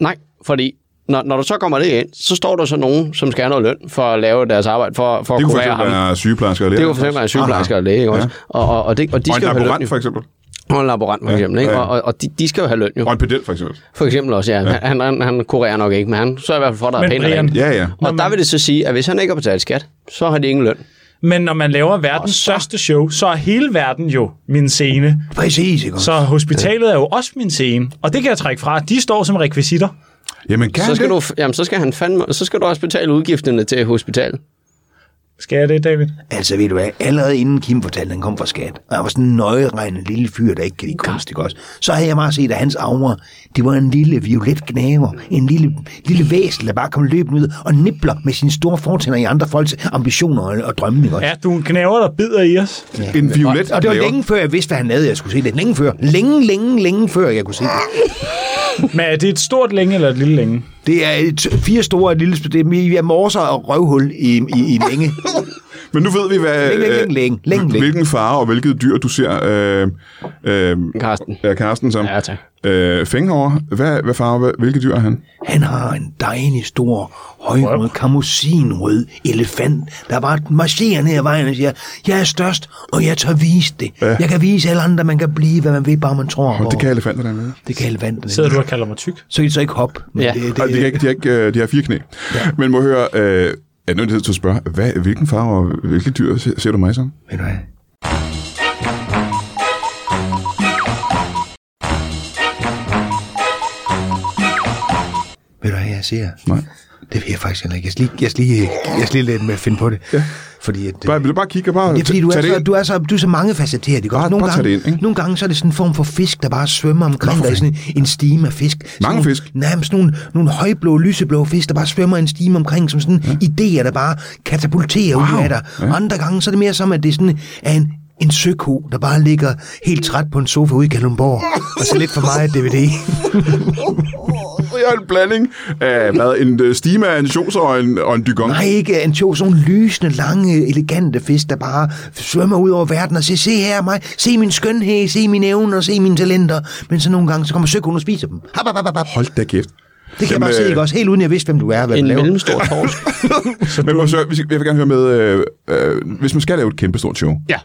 nej, fordi når, når du så kommer det ind, så står der så nogen, som skal have noget løn for at lave deres arbejde, for, for
Det
at
kunne for
kurere ham.
eksempel være sygeplejersker.
Det kunne for eksempel være en sygeplejersker og læge, ikke også? Og, og, og, det, og de
Og en
skal jo have løn,
laborant,
jo.
for eksempel.
Og en laborant, for eksempel, ikke?
ja.
Og, og, og de, de skal jo have løn, jo.
Og en pedel, for eksempel.
For eksempel også, ja. Han, han, han kurerer nok ikke, men han så er i hvert fald for, at der er
Men
pænt
Brian-
rent.
Ja, ja.
Og der vil det så sige, at hvis han ikke har betalt skat, så har de ingen løn.
Men når man laver verdens største show, så er hele verden jo min scene.
Præcis, ikke også?
Så hospitalet er jo også min scene. Og det kan jeg trække fra. De står som rekvisitter.
Jamen, kan
så
han
skal
det?
du, jamen, så skal han fandme, så skal du også betale udgifterne til hospitalet.
Skal jeg det, David?
Altså, ved du hvad, allerede inden Kim fortalte, at han kom fra skat, og jeg var sådan en nøjeregnet lille fyr, der ikke kan lide kunst, ikke også? Så havde jeg bare set, at hans aura, det var en lille violet gnaver, en lille, lille væsel, der bare kom løbende ud og nipler med sine store fortænder i andre folks ambitioner og, og drømme, ikke også?
Ja, du er en knæver, der bider i os.
En violet
Og det var
laver.
længe før, jeg vidste, hvad han lavede, jeg skulle se det. Længe før. Længe, længe, længe før, jeg kunne se det.
Men er det et stort længe eller et lille længe?
Det er et, fire store lille... Det er, er morser og røvhul i, i, i (laughs) længe.
Men nu ved vi, hvad,
Læng, læng, læng, læng, læng,
øh,
læng.
hvilken farve og hvilket dyr, du ser øh, øh,
Karsten.
ja, Karsten som.
Ja, tak.
Øh, Fænghård, hvad, hvad farve, hvad, hvilket dyr er han?
Han har en dejlig stor, højrød, kamosinrød elefant, der bare marcherer ned ad vejen og siger, jeg er størst, og jeg tør vise det. Jeg kan vise alle andre, man kan blive, hvad man vil, bare man tror.
Og det kan elefanter der med.
det kan elefanten.
Sidder du og kalder mig tyk?
Så kan de så ikke hoppe. Men
Ja.
det, det,
Og de, kan ikke, de, har ikke, øh, de har fire knæ. Ja. Men må høre, øh, jeg er nødt til at spørge, hvad, hvilken farve og hvilket dyr ser, ser du mig som?
Ved du hvad? Ved ved du hvad jeg siger?
Nej.
Det ved jeg faktisk heller ikke. Jeg skal lige, jeg skal lige, jeg skal lige lidt med at finde på det. Ja. Fordi at,
Bare, vil du bare kigge og bare
det er fordi, du er,
tage det
så,
ind?
du er så, du er så mangefacetteret. Ikke?
Bare-
nogle,
bare tag
gange,
det ind, ikke?
nogle gange så er det sådan en form for fisk, der bare svømmer omkring. Der er sådan en stime af fisk. Sådan
Mange
nogle-
fisk?
Nej, men sådan nogle, nogle højblå, lyseblå fisk, der bare svømmer i en stime omkring, som sådan ja. idéer, der bare katapulterer wow. ud af dig. Ja. Andre gange så er det mere som, at det er sådan er en en søko, der bare ligger helt træt på en sofa ude i
(laughs)
Kalundborg, og så lidt for meget DVD.
Jeg er en blanding af hvad, en øh, stime af en choser og en, og en dygong.
Nej, ikke ancho, sådan nogle lysende, lange, elegante fisk, der bare svømmer ud over verden og siger, se her mig, se min skønhed, se mine evner, se mine talenter. Men så nogle gange, så kommer søkunden og spiser dem. Hap, hap, hap, hap, hap.
Hold da kæft.
Det kan jeg bare
Jamen,
se,
øh,
ikke også? Helt uden jeg vidste, hvem du er, hvad du
En
laver.
mellemstor
(laughs)
torsk.
Men prøv, at høre, vi skal- jeg vil gerne høre med, øh, øh, hvis man skal lave et kæmpe stort show,
Ja.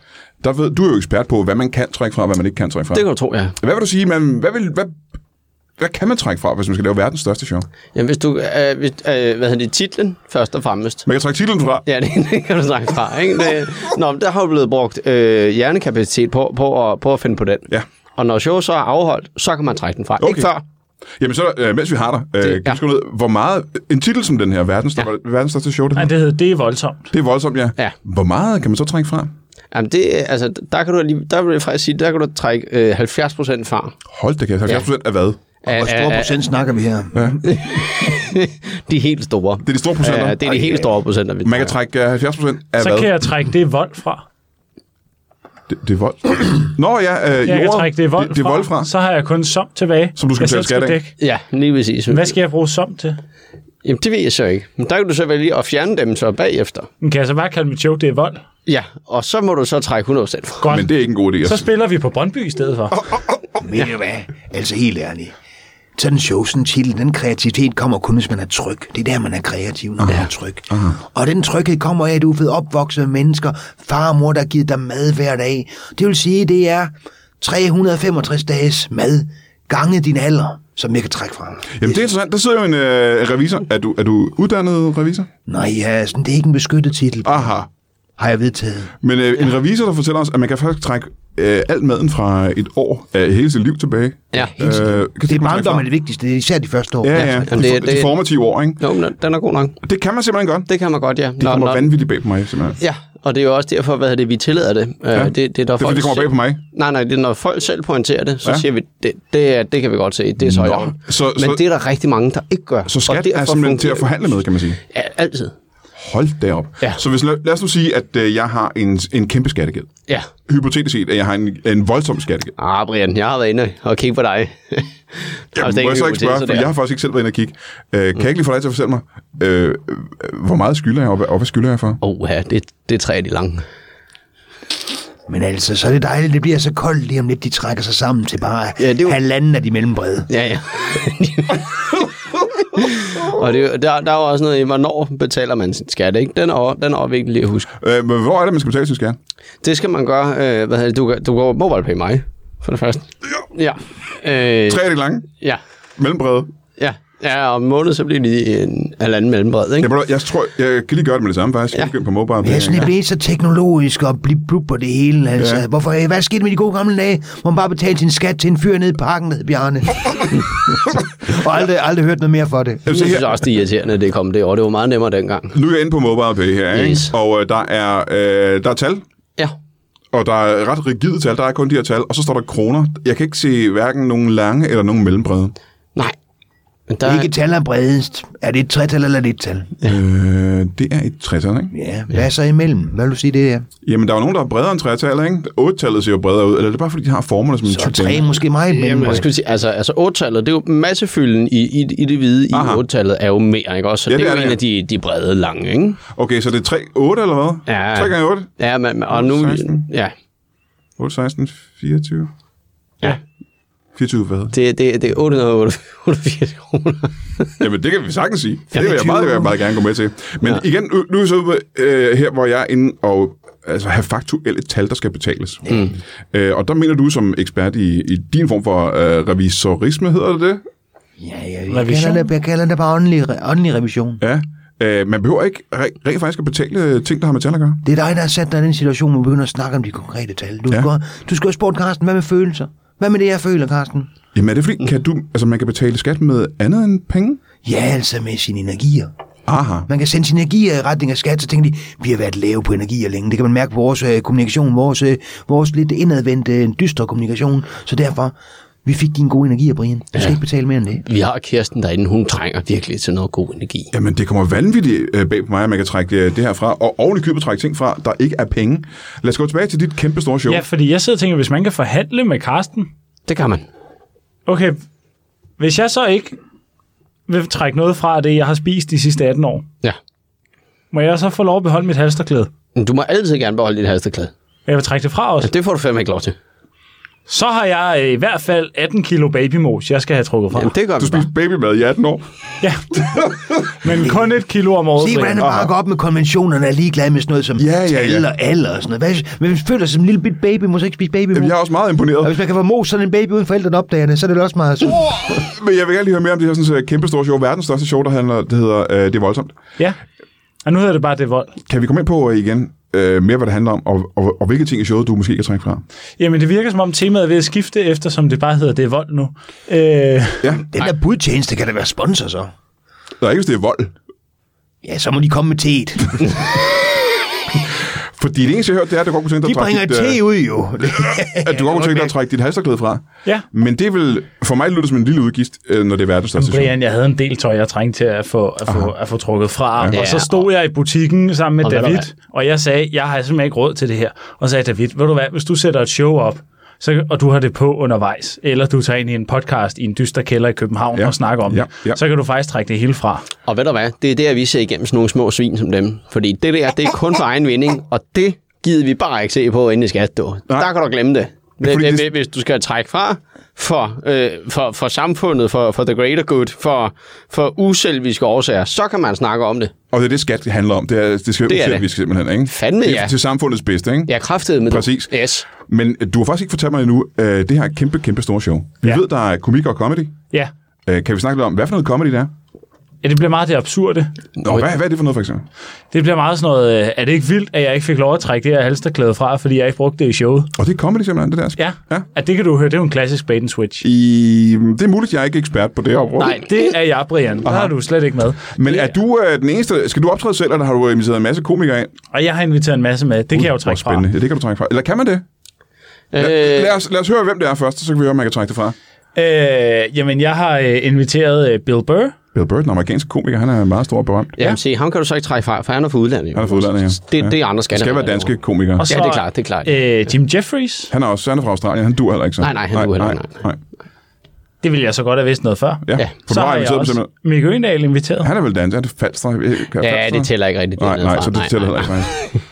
der ved, du er jo ekspert på, hvad man kan trække fra, og hvad man ikke kan trække fra.
Det kan du tro, ja.
Hvad vil du sige, man, hvad, vil, hvad, hvad kan man trække fra, hvis man skal lave verdens største show?
Jamen, hvis du, øh, hvis, øh, hvad hedder det, titlen først og fremmest.
Man kan trække titlen fra.
Ja, det, (laughs) det kan du snakke fra, ikke? Det, nå, men der har jo blevet brugt øh, hjernekapacitet på, på, at, på at finde på den.
Ja.
Og når showet så er afholdt, så kan man trække den fra.
Okay.
Ikke før.
Jamen så, øh, mens vi har dig, øh,
Det-
kan
ja.
du skrive ned, hvor meget, en titel som den her, verdens, ja. verdens største show, det,
Nej,
hedder?
det, hedder, det er voldsomt.
det er voldsomt, ja.
Ja.
Hvor meget kan man så trække fra?
Jamen, det, altså, der, kan du, alligevel- der vil jeg faktisk sige, der kan du trække øh, 70 procent fra.
Hold da kæft, 70 procent af hvad?
Af-
Hvor
af-
stor
af-
procent snakker vi her?
De helt store.
Det er de store procenter.
Ja, det er de helt store procenter, vi
Man kan trække øh, 70 procent af
Så
hvad?
kan jeg trække det vold fra.
Det, det er vold. (clears throat) Nå ja, øh,
Jeg kan trække det vold,
det, det er vold fra.
Så har jeg kun som tilbage.
Som du skal
jeg
betale skat
selv
af.
dække.
Ja, lige præcis.
Hvad skal jeg bruge som til?
Jamen, det ved jeg så ikke. Men der kan du så vælge at fjerne dem så bagefter.
Men Kan jeg så bare kalde mit show, det er vold?
Ja, og så må du så trække 100% fra.
Godt.
Men det er ikke en god idé.
Så
altså.
spiller vi på Brøndby i stedet for.
Men ja. hvad? Altså helt ærligt. Sådan en show, sådan en titel, den kreativitet kommer kun, hvis man er tryg. Det er der, man er kreativ, når man er tryg. Og den tryghed kommer af, at du er blevet opvokset med mennesker, far og mor, der har givet dig mad hver dag. Det vil sige, det er 365 dages mad gange din alder, som jeg kan trække fra.
Jamen det er interessant. Der sidder jo en øh, revisor. Er du, er du uddannet revisor?
Nej, ja, sådan, det er ikke en beskyttet titel,
Aha.
har jeg vedtaget.
Men øh, en revisor, der fortæller os, at man kan faktisk trække øh, alt maden fra et år af hele sit liv tilbage.
Ja.
øh, kan
Det er
man trække
barndommen
fra.
er det vigtigste, det er især de første år.
Ja, ja.
Jamen,
Det,
det-
det, det,
det-
formative år, ikke?
Jo, men den er god nok.
Det kan man simpelthen godt.
Det kan man godt, ja.
Det kommer vanvittigt bag på mig, simpelthen.
Ja, og det er jo også derfor, hvad hedder det, vi tillader det. Ja. Det, det, er, når
Det er, fordi
folk
det kommer bag på mig.
selv- Nej, nej, det er, når folk selv pointerer det, så
Ja.
ja. siger vi, det, det, er, det kan vi godt se, det er så i
Nå,
orden.
så-
Men
så-
det er der rigtig mange, der ikke gør.
Så
og
skat
derfor
er simpelthen til
fungerer-
at forhandle med, kan man sige.
Ja, altid.
Hold da op.
Ja.
Så hvis, lad os nu sige, at øh, jeg har en, en kæmpe skattegæld.
Ja.
Hypotetisk set, at jeg har en, en voldsom skattegæld.
Ah, Brian, jeg har været inde og kigge på dig. (laughs)
Jamen, må jeg så ikke spørge, for jeg har faktisk ikke selv været inde og kigge. Øh, kan jeg ikke lige få dig til at fortælle mig, øh, øh, hvor meget skylder jeg, og hvad, og hvad skylder jeg for?
Åh, ja, det, det er tre af de lange.
Men altså, så er det dejligt, det bliver så koldt lige om lidt, de trækker sig sammen til bare
Ja, det er jo-
halvanden af de mellembrede.
(laughs)
Ja, ja. og det, er jo- der, der er jo også noget i, hvornår betaler man sin skat, ikke? Den er, den er vigtig lige at huske.
Øh, men hvor er det, man skal betale sin skat?
Det skal man gøre, øh, hvad hedder det, du, gør- du går mobile pay mig, for det første. Ja. Øh,
Tre af de lange,
ja.
mellembrede.
Ja. Ja, og om en måned, så bliver det lige en halvanden mellembred,
Jeg,
ikke?
jeg, jeg, tror, jeg kan lige gøre det med det samme, faktisk. Jeg kan ja. på mobile.
Ja, sådan at blive så teknologisk og blive blub på det hele. Altså.
Ja.
Ja. Hvorfor, hvad skete med de gode gamle dage, hvor man bare betalte sin skat til en fyr nede i parken, der hed Bjarne? og aldrig, aldrig hørt noget mere for det.
Jamen,
Jeg
se
synes
her.
også, det er irriterende, at det kom det år. Det var meget nemmere dengang.
Nu er jeg inde på MobilePay her, ikke?
Yes.
og øh, der, er, øh, der er tal,
Ja.
og der er ret rigide tal, der er kun de her tal, og så står der kroner. Jeg kan ikke se hverken nogen lange eller nogen mellembrede.
Nej. Men
Der...
der,
Ikke tal er bredest. Er det et tretal eller er det et tal?
Øh, det er et tretal, ikke?
Ja, hvad er så imellem? Hvad vil du sige det er?
Jamen, der er jo nogen, der er bredere end tretal, ikke? Otte-tallet ser jo bredere ud, eller er det bare, fordi de har formerne som en
Så er
tyk
tre
dame?
måske meget
Jamen,
imellem.
jeg skulle sige, altså, altså 8-tallet, det er jo massefylden i, i, i det hvide i
Aha.
8-tallet er jo mere, ikke også? Så
Ja,
ja,
det er
det, er jo
det,
en af de, de brede lange, ikke?
Okay, så det er 3, 8 eller hvad?
Ja.
3 gange 8?
Ja, men, og nu...
16.
Ja,
8, 16, 24.
ja.
24 hvad?
Det, det, det er 888 kroner.
(laughs) Jamen, det kan vi sagtens sige. Det vil jeg meget, det vil jeg meget gerne gå med til. Men ja. igen, nu- nu er vi så ude øh, her, hvor jeg er inde og altså, have faktuelle tal, der skal betales. Mm. Øh, og der mener du som ekspert i, i din form for øh, revisorisme, hedder det det?
Ja, jeg, jeg,
Revision?
kalder det, jeg kalder det bare åndelig, re- åndelig revision.
Ja. Øh, man behøver ikke re- rent faktisk at betale øh, ting, der har med tal at gøre.
Det er dig, der har sat dig i den situation, hvor vi begynder at snakke om de konkrete tal. Du,
Ja.
ja. skal, du skal jo spørge Carsten, hvad med følelser? Hvad med det, jeg føler, Carsten?
Jamen er det fordi, kan du, altså man kan betale skat med andet end penge?
Ja, altså med sine energier.
Aha.
Man kan sende sine energier i retning af skat, så tænker de, vi har været lave på energier længe. Det kan man mærke på vores øh, kommunikation, vores, øh, vores lidt indadvendte, øh, dystre kommunikation. Så derfor, vi fik dine gode energier, Brian. Du skal ja. ikke betale mere end det.
Vi har Kirsten derinde, hun trænger virkelig til noget god energi.
Jamen, det kommer vanvittigt øh, bag på mig, at man kan trække øh, det, det her fra, og oven i købet trække ting fra, der ikke er penge. Lad os gå tilbage til dit kæmpe store show.
Ja, fordi jeg sidder og tænker, hvis man kan forhandle med Karsten,
Det kan man.
okay, hvis jeg så ikke vil trække noget fra af det, jeg har spist de sidste 18 år,
Ja.
må jeg så få lov at beholde mit halsterklæde?
Men Du må altid gerne beholde dit halsterklæde.
Og Jeg vil trække det fra
Ja,
også.
det får du fandme ikke lov til.
Så har jeg øh, i hvert fald 18 kilo babymos, jeg skal have trukket fra.
Jamen, det gør
Du
vi bare.
spiste babymad i 18 år.
Ja. (laughs) Men kun et kilo om året.
Se, hvordan han
Brian.
bare går op med konventionerne og er ligeglad med sådan noget som
Ja, ja, ja.
tal og alder og sådan noget. Hvad, men hvis man føler sig som en lille bit baby, må så ikke spise baby.
Jamen, jeg er også meget
Og
imponeret,
hvis man kan få mos sådan en baby uden forældrene opdager det, så er det vel også meget sundt.
men jeg vil gerne lige høre mere om det her sådan, så øh, kæmpe store show, verdens største show, der handler, det hedder øh, Det er voldsomt.
Ja. Og nu hedder det bare, det er vold.
Kan vi komme ind på øh, igen, øh, mere hvad det handler om, og, og, og, hvilke ting i showet, du måske kan trække fra?
Jamen, det virker som om temaet er ved at skifte, eftersom det bare hedder, det er vold nu. Øh,
Ja,
Den der budtjeneste kan da være sponsor så.
der er ikke, hvis det er vold.
Ja, så må de komme med
(laughs)
teet.
Fordi det eneste, jeg hørte, det er, at du godt kunne tænke
De
dig at
bringer
trække dit, (laughs) øh,
te ud jo.
at
(laughs)
du godt kunne tænke dig at trække dit halsterklæde fra.
ja.
Men det vil for mig lyder det som en lille udgift, øh, når det er verdens største show.
Brian, jeg havde en del tøj, jeg trængte til at få, at få, at få trukket fra. Ja,
Ja,
og så stod jeg i butikken sammen med
og
og
ved du
David,
hvad?
og jeg sagde, jeg har simpelthen ikke råd til det her. Og så sagde David, ved du hvad, hvis du sætter et show op, så, og du har det på undervejs, eller du tager ind i en podcast i en dyster kælder i København
Ja,
ja, og snakker om
ja,
ja,
ja.
det, så kan du faktisk trække det hele fra.
Og ved du hvad, det er der, vi ser igennem sådan nogle små svin som dem. Fordi det der, det er kun for egen vinding, og det gider vi bare ikke se på inden i skat, du.
Nej.
Der kan du glemme det. Hvis,
fordi
det...
det-
hvis du skal trække fra for, øh, for, for samfundet, for, for the greater good, for, for uselviske årsager, så kan man snakke om det.
Og det er det, skat handler om. Det, er, det skal
Det er
det
det.
er vi simpelthen, ikke?
Fandme,
det er
ja.
til samfundets bedste, ikke?
Jeg er kraftet med
Præcis.
det. Yes.
Men øh, du har faktisk ikke fortalt mig endnu, øh, det her kæmpe, kæmpe store show. Vi
Ja.
ved, der er komik og comedy.
Ja.
Øh, kan vi snakke lidt om, hvad for noget comedy det er?
ja, det bliver meget det absurde.
Nå, hvad, hvad er det for noget, for eksempel?
Det bliver meget sådan noget, øh, er det ikke vildt, at jeg ikke fik lov at trække det her halsterklæde fra, fordi jeg ikke brugte det i showet?
Og det er comedy simpelthen, det der?
Ja,
ja.
ja. At det kan du høre, det er jo en klassisk bait and switch.
I, det er muligt, jeg er ikke ekspert på det her område.
Nej, det er jeg, Brian. Der er du slet ikke med.
Men er du øh, den eneste? Skal du optræde selv, eller har du inviteret en masse komikere ind?
Og jeg har inviteret en masse med. Det kan jeg jo
Hvor
trække fra.
spændende. Ja, det kan du trække fra. Eller kan man det?
Øh,
Lad os, lad os høre, hvem det er først, så kan vi høre, om man kan trække det fra.
Øh, jamen, jeg har øh, inviteret øh, Bill Burr.
Bill Burr, den amerikanske komiker, han er meget stor og berømt.
Jamen se, ham kan du så ikke trække fra, for han er fra udlandet. Jo.
Han er fra udlandet, ja.
Det, det er andre
Det
skatter.
skal være danske komikere.
Og så,
Ja, det er klart, det er klart.
Øh, Jim Jeffries.
Han er også han er fra Australien, han dur heller ikke så.
Nej, nej, han dur heller
nej,
ikke,
nej.
Det ville jeg så godt have vidst noget før.
Ja,
Ja.
for
så
så har
har jeg
inviteret dem
også
simpelthen.
Mikke Øgendal inviteret.
Han er vel dansk, er det Falster? Kan jeg
Ja,
Falster?
det tæller ikke rigtigt.
Nej, nej,
dernedefra.
så det tæller heller ikke. faktisk.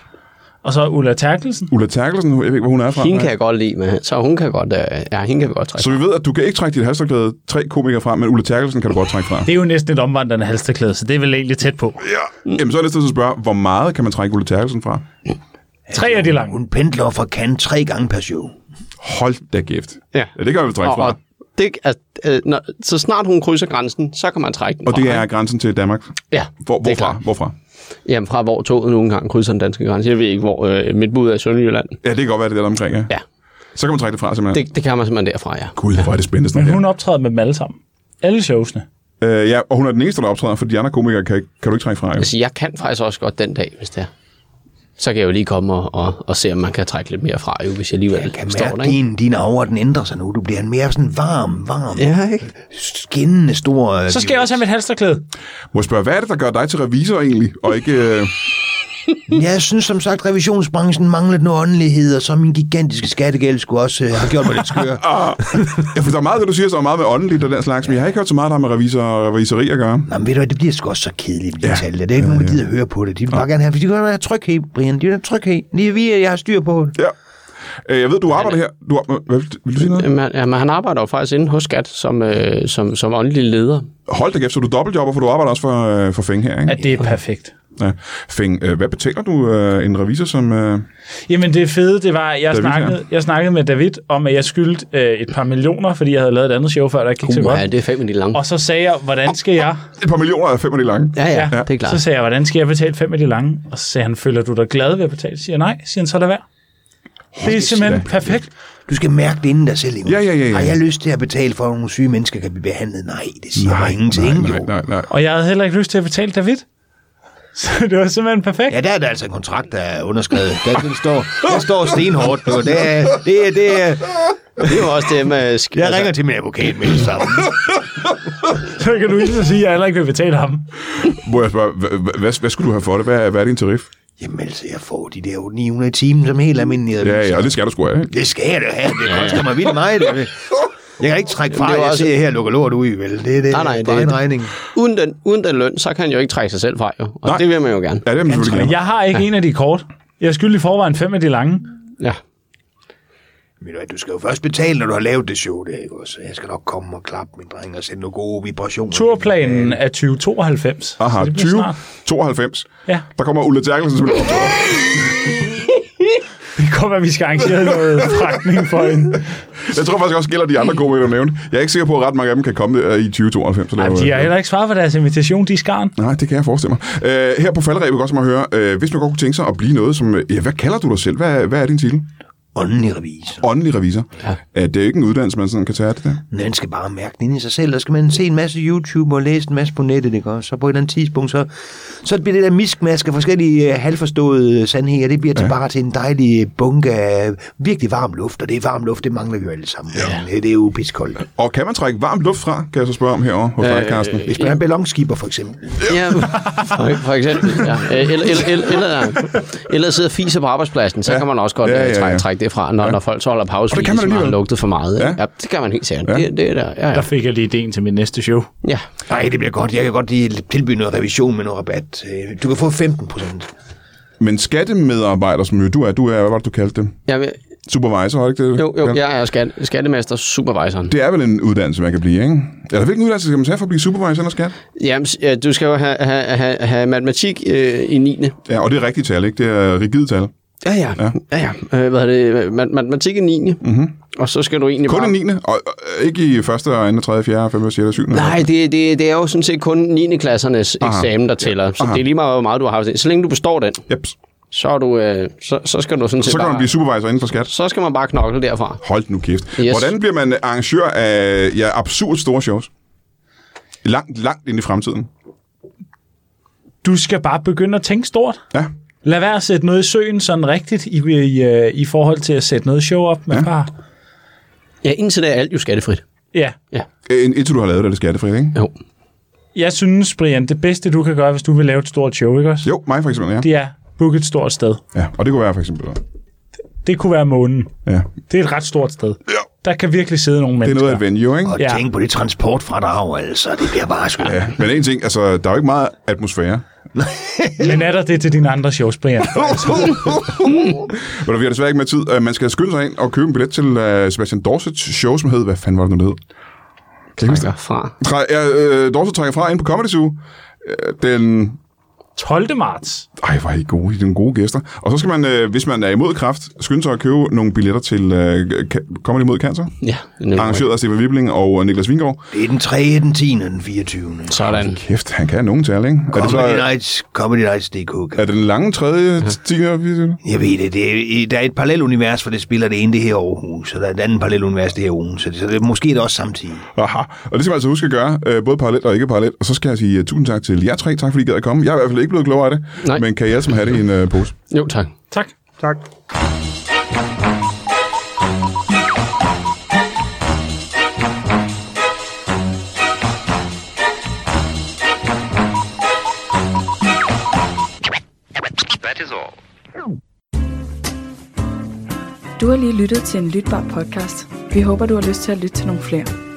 Og så Ulla Terkelsen.
Ulla Terkelsen, jeg ved ikke, hvor hun er fra.
Hende kan
Nej.
jeg godt lide, men så hun kan godt, øh, ja, hende kan vi godt trække.
Så vi ved, at du kan ikke trække dit halsterklæde tre komikere fra, men Ulla Terkelsen kan du godt trække fra.
Det er jo næsten et omvandrende halsterklæde, så det er vel egentlig tæt på.
Ja. Jamen, så er det næste at spørge, hvor meget kan man trække Ulla Terkelsen fra?
Tre af de lange.
Hun pendler fra kan tre gange per show.
Hold da gift.
Ja.
ja det kan vi trække
og,
fra.
og det, at, øh, når, så snart hun krydser grænsen, så kan man trække den
Og det
fra,
er grænsen til Danmark.
ikke? ja,
Hvor,
det er
hvorfra?
klart.
Hvorfra?
Jamen fra hvor toget nogle gange krydser den danske grænse. Jeg ved ikke, hvor øh, mit bud er i Sønderjylland.
Ja, det kan godt være, det er der omkring, ja.
Ja,
Så kan man trække det fra, simpelthen.
det, det kan man simpelthen derfra, ja.
Gud, hvor er det spændende sådan
Men
her.
hun optræder med dem alle sammen. Alle showsene.
Øh, ja, og hun er den eneste, der optræder, for de andre komikere kan, kan du ikke trække fra. Jo.
Altså, jeg kan faktisk også godt den dag, hvis det er. Så kan jeg jo lige komme og, og, og se, om man kan trække lidt mere fra, jo, hvis jeg alligevel
Jeg kan
står der,
mærke,
ikke?
din, din aura, den ændrer sig nu. Du bliver en mere sådan varm, varm, ja.
Ja, ikke?
skinnende stor... øh,
Så skal jeg også have mit halsterklæde.
Må jeg spørge, hvad er det, der gør dig til revisor egentlig? Og ikke, øh,
Jeg synes som sagt, revisionsbranchen manglede noget åndelighed, og så min gigantiske skattegæld skulle også øh, have gjort mig lidt skør.
ah, jeg forstår meget, af det du siger, så er meget med åndeligt og den slags, men jeg har ikke hørt så meget, der har med revisor og revisori at gøre.
(laughs) Nå, men ved du hvad, det bliver sgu også så kedeligt, med de
Ja.
ja. tal. der. Det er ikke ja, nogen, der gider høre på det. De vil bare gerne have, for de vil gerne have tryghed, Brian. De vil have tryghed. Lige vi, jeg har styr på det.
Ja. Øh, jeg ved, du arbejder her. Du, ar- hvad, vil du sige noget?
Jamen, jamen, han arbejder jo faktisk inde hos Skat som, øh, som, som åndelig leder.
Hold da kæft, så er du dobbeltjobber, for du arbejder også for, øh, for Fing her, ikke?
At det er perfekt.
Ja. Fing, øh, hvad betaler du øh, en revisor som... Øh,
Jamen det fede, det var, at jeg,
David, ja.
snakkede, jeg snakkede med David om, at jeg skyldte øh, et par millioner, fordi jeg havde lavet et andet show før, der ikke gik så
Uh, ja,
godt.
det er fem i lange.
Og så sagde jeg, hvordan skal jeg...
et par millioner af fem af de lange.
Ja, ja, ja, det er klart.
Så sagde jeg, hvordan skal jeg betale fem af de lange? Og så sagde han, føler du dig glad ved at betale? Så siger jeg, nej. Så siger han, så lad være. Det er simpelthen perfekt.
Du skal mærke det inden dig selv. Emil.
Ja, ja, ja, ja.
Har jeg lyst til at betale for, at nogle syge mennesker kan blive behandlet? Nej, det siger nej, ingenting,
nej,
jo.
nej, nej, nej.
Og jeg havde heller ikke lyst til at betale David. (laughs) Så det var simpelthen perfekt.
Ja, der er der altså en kontrakt, der er underskrevet. Der, den står, der står stenhårdt. Du. Det er, det, er, det er,
Det er jo også det, man skal...
jeg ringer til min advokat med det samme.
Så kan du ikke sige, at jeg heller ikke vil betale ham.
Må jeg spørge, hvad, hvad, hvad, hvad skulle du have for det? Hvad, er- hvad er din tarif?
(laughs) Jamen altså, jeg får de der 900 timer som helt almindelige
Ja, ja,
advokater.
og det skal du sgu have. ikke?
Det skal jeg da have. Det koster mig vildt
(laughs)
meget. Det. Jeg kan ikke trække fra,
Jamen, det er
jeg
jo også-
også... ser her og lukker lort ud, vel? Det er det.
Nej, nej, det
for
er
egen
det.
regning.
Uden den, uden den løn, så kan han jo ikke trække sig selv fra, jo. Og
Nej.
Nej. det vil man jo gerne.
Ja, det er man selvfølgelig
Men
gerne.
jeg har ikke ja. en af de kort. Jeg skylder i forvejen fem af de lange.
Ja.
Men du skal jo først betale, når du har lavet det show, det er ikke også? Jeg skal nok komme og klappe min dreng og sende nogle gode vibrationer.
Turplanen er 2092.
Aha,
så det bliver
20,
snart.
92.
Ja.
Der kommer Ulla Terkelsen som
Det kommer, at vi skal (laughs) arrangere noget fragtning for hende.
Jeg tror faktisk også gælder de andre komikere, du nævnte. Jeg er ikke sikker på, at ret mange af dem kan komme øh, i 2092. så det
Ej,
er jo-
de har heller ikke svaret på deres invitation, de er skarn.
Nej, det kan jeg forestille mig. Øh, her på falderæbet godt som at høre, øh, hvis man godt kunne tænke sig at blive noget som... øh, Ja, hvad kalder du dig selv? Hvad, hvad er din titel?
Åndelig revisor.
Åndelig revisor. Ja. Øh, det er jo ikke en uddannelse, man sådan kan tage af det der.
Man skal bare mærke den ind i sig selv. Der skal man se en masse YouTube og læse en masse på nettet, ikke? Og så på et eller andet tidspunkt, så, så bliver det der miskmask af forskellige øh, halvforståede sandheder, det bliver til bare til en dejlig bunke af virkelig varm luft, og det er varm luft, det mangler vi jo alle sammen. Ja. Det er jo piskoldt.
Og kan man trække varm luft fra, kan jeg så spørge om herovre hos
Øh,
dig, Carsten?
Hvis man er en ballonskiber, for eksempel.
ja. For, for eksempel, ja. Øh, Eller, eller, eller, eller, eller sidde og fise på arbejdspladsen, så
Ja.
ja. kan man også godt
Ja,
ja, ja,
ja,
ja.
ja.
Trække, trække det fra, når, ja. når folk så holder pause,
Og det
fordi
kan man
de simpelthen har
alligevel.
lugtet for meget. Ja.
Ja.
ja. det kan man helt sikkert.
Ja.
Ja. Det, det er der. Ja,
Der
ja.
fik jeg lige ideen til mit næste show.
ja.
Nej, det bliver godt. Jeg kan godt lige tilbyde noget revision med noget rabat. Øh, Du kan få 15 procent.
Men skattemedarbejder, som jo du er, du er, hvad var det, du kaldte det?
Jamen,
Supervisor, har du ikke det?
jo, jo, jeg er skat, skattemester supervisoren.
Det er vel en uddannelse, man kan blive, ikke? Eller hvilken uddannelse skal man tage for at blive supervisor eller skat?
Jamen, s- ja, du skal jo have, have, have, have matematik øh, i 9.
Ja, og det er rigtigt tal, ikke? Det er rigide tal.
Ja, ja. ja. ja, ja. Øh, hvad er det? Ma- Matematik i 9. Mm-hmm. Og så skal du egentlig
Mhm. Kun
bare...
i 9. Og, og, ikke i 1., 2., 3., 4., 5., 6., 7.
Nej, det, det, det er jo sådan set kun 9. klassernes Aha. eksamen, der tæller. Så
Aha.
det er lige meget, hvor meget du har haft. Så længe du består den,
Yep.
så, er du, øh, så, så skal du sådan set
Så kan
bare,
man blive supervisor inden for skat.
så skal man bare knokle derfra.
Hold nu kæft. Yes.
Yes.
Hvordan bliver man arrangør af ja, absurd store shows? Langt, langt ind i fremtiden.
Du skal bare begynde at tænke stort.
Ja.
Lad være at sætte noget i søen sådan rigtigt i, i, øh, i forhold til at sætte noget show op. Men
Ja.
ja. bare,
Ja, indtil da er alt jo skattefrit.
ja.
Øh, Indtil du har lavet det, er det skattefrit, ikke?
Jo.
Jeg synes, Brian, det bedste du kan gøre, hvis du vil lave et stort show, ikke også?
Jo, mig for eksempel, ja.
Det er book et stort sted.
ja. Og det kunne være for eksempel.
Det kunne være månen.
Ja.
Det er et ret stort sted.
Ja.
Der kan virkelig sidde nogle
Det er
mennesker.
noget af et venue, ikke?
Og ja.
Ja.
tænk på det transportfradrag, altså. Det bliver bare sgu. Ja.
Men en ting, altså, der er jo ikke meget atmosfære.
Men er der det til dine andre
(laughs)
shows, Brian?
Men vi har desværre ikke mere tid. Øh, Man skal skynde sig ind og købe en billet til øh, Sebastian Dorsets show, som hed... Hvad fanden var det nu, det hed? Kan I huske det?
Trækker fra.
Træ- ja, øh, Dorset trækker fra ind på Comedy Zoo. Øh, Den
12. marts.
Ej, hvor er I gode. I er nogle gode gæster. Og så skal man, øh, hvis man er imod kraft, skynde sig at købe nogle billetter til øh, ka- Comedy Mod Cancer.
Ja, det er nemlig
Arrangeret af Stefan Wibling og Niklas Vingård.
Det er den 3., den 10., den 24.
rigtigt. Sådan.
Kæft, han kan nogen tal, ikke? Er det, så, øh,
Comedy Nights, Comedy Nights, det
er det den lange tredje tiger? vi-
Jeg ved det, det er, der er et parallelunivers, for det spiller det ene det her Aarhus, og der er et andet parallelunivers det her Aarhus, så, det, så det, måske er det også samtidig.
Aha. Og det skal man altså huske at gøre, øh, både parallelt og ikke parallelt. Og så skal jeg sige øh, tusind tak til jer tre. Tak fordi I gad at komme. Jeg er i hvert fald ikke blevet klogere af det.
Nej.
Men kan I alle som have det i en øh, pose?
Jo, tak.
Tak. Tak.
Du har lige lyttet til en lytbar podcast. Vi håber, du har lyst til at lytte til nogle flere.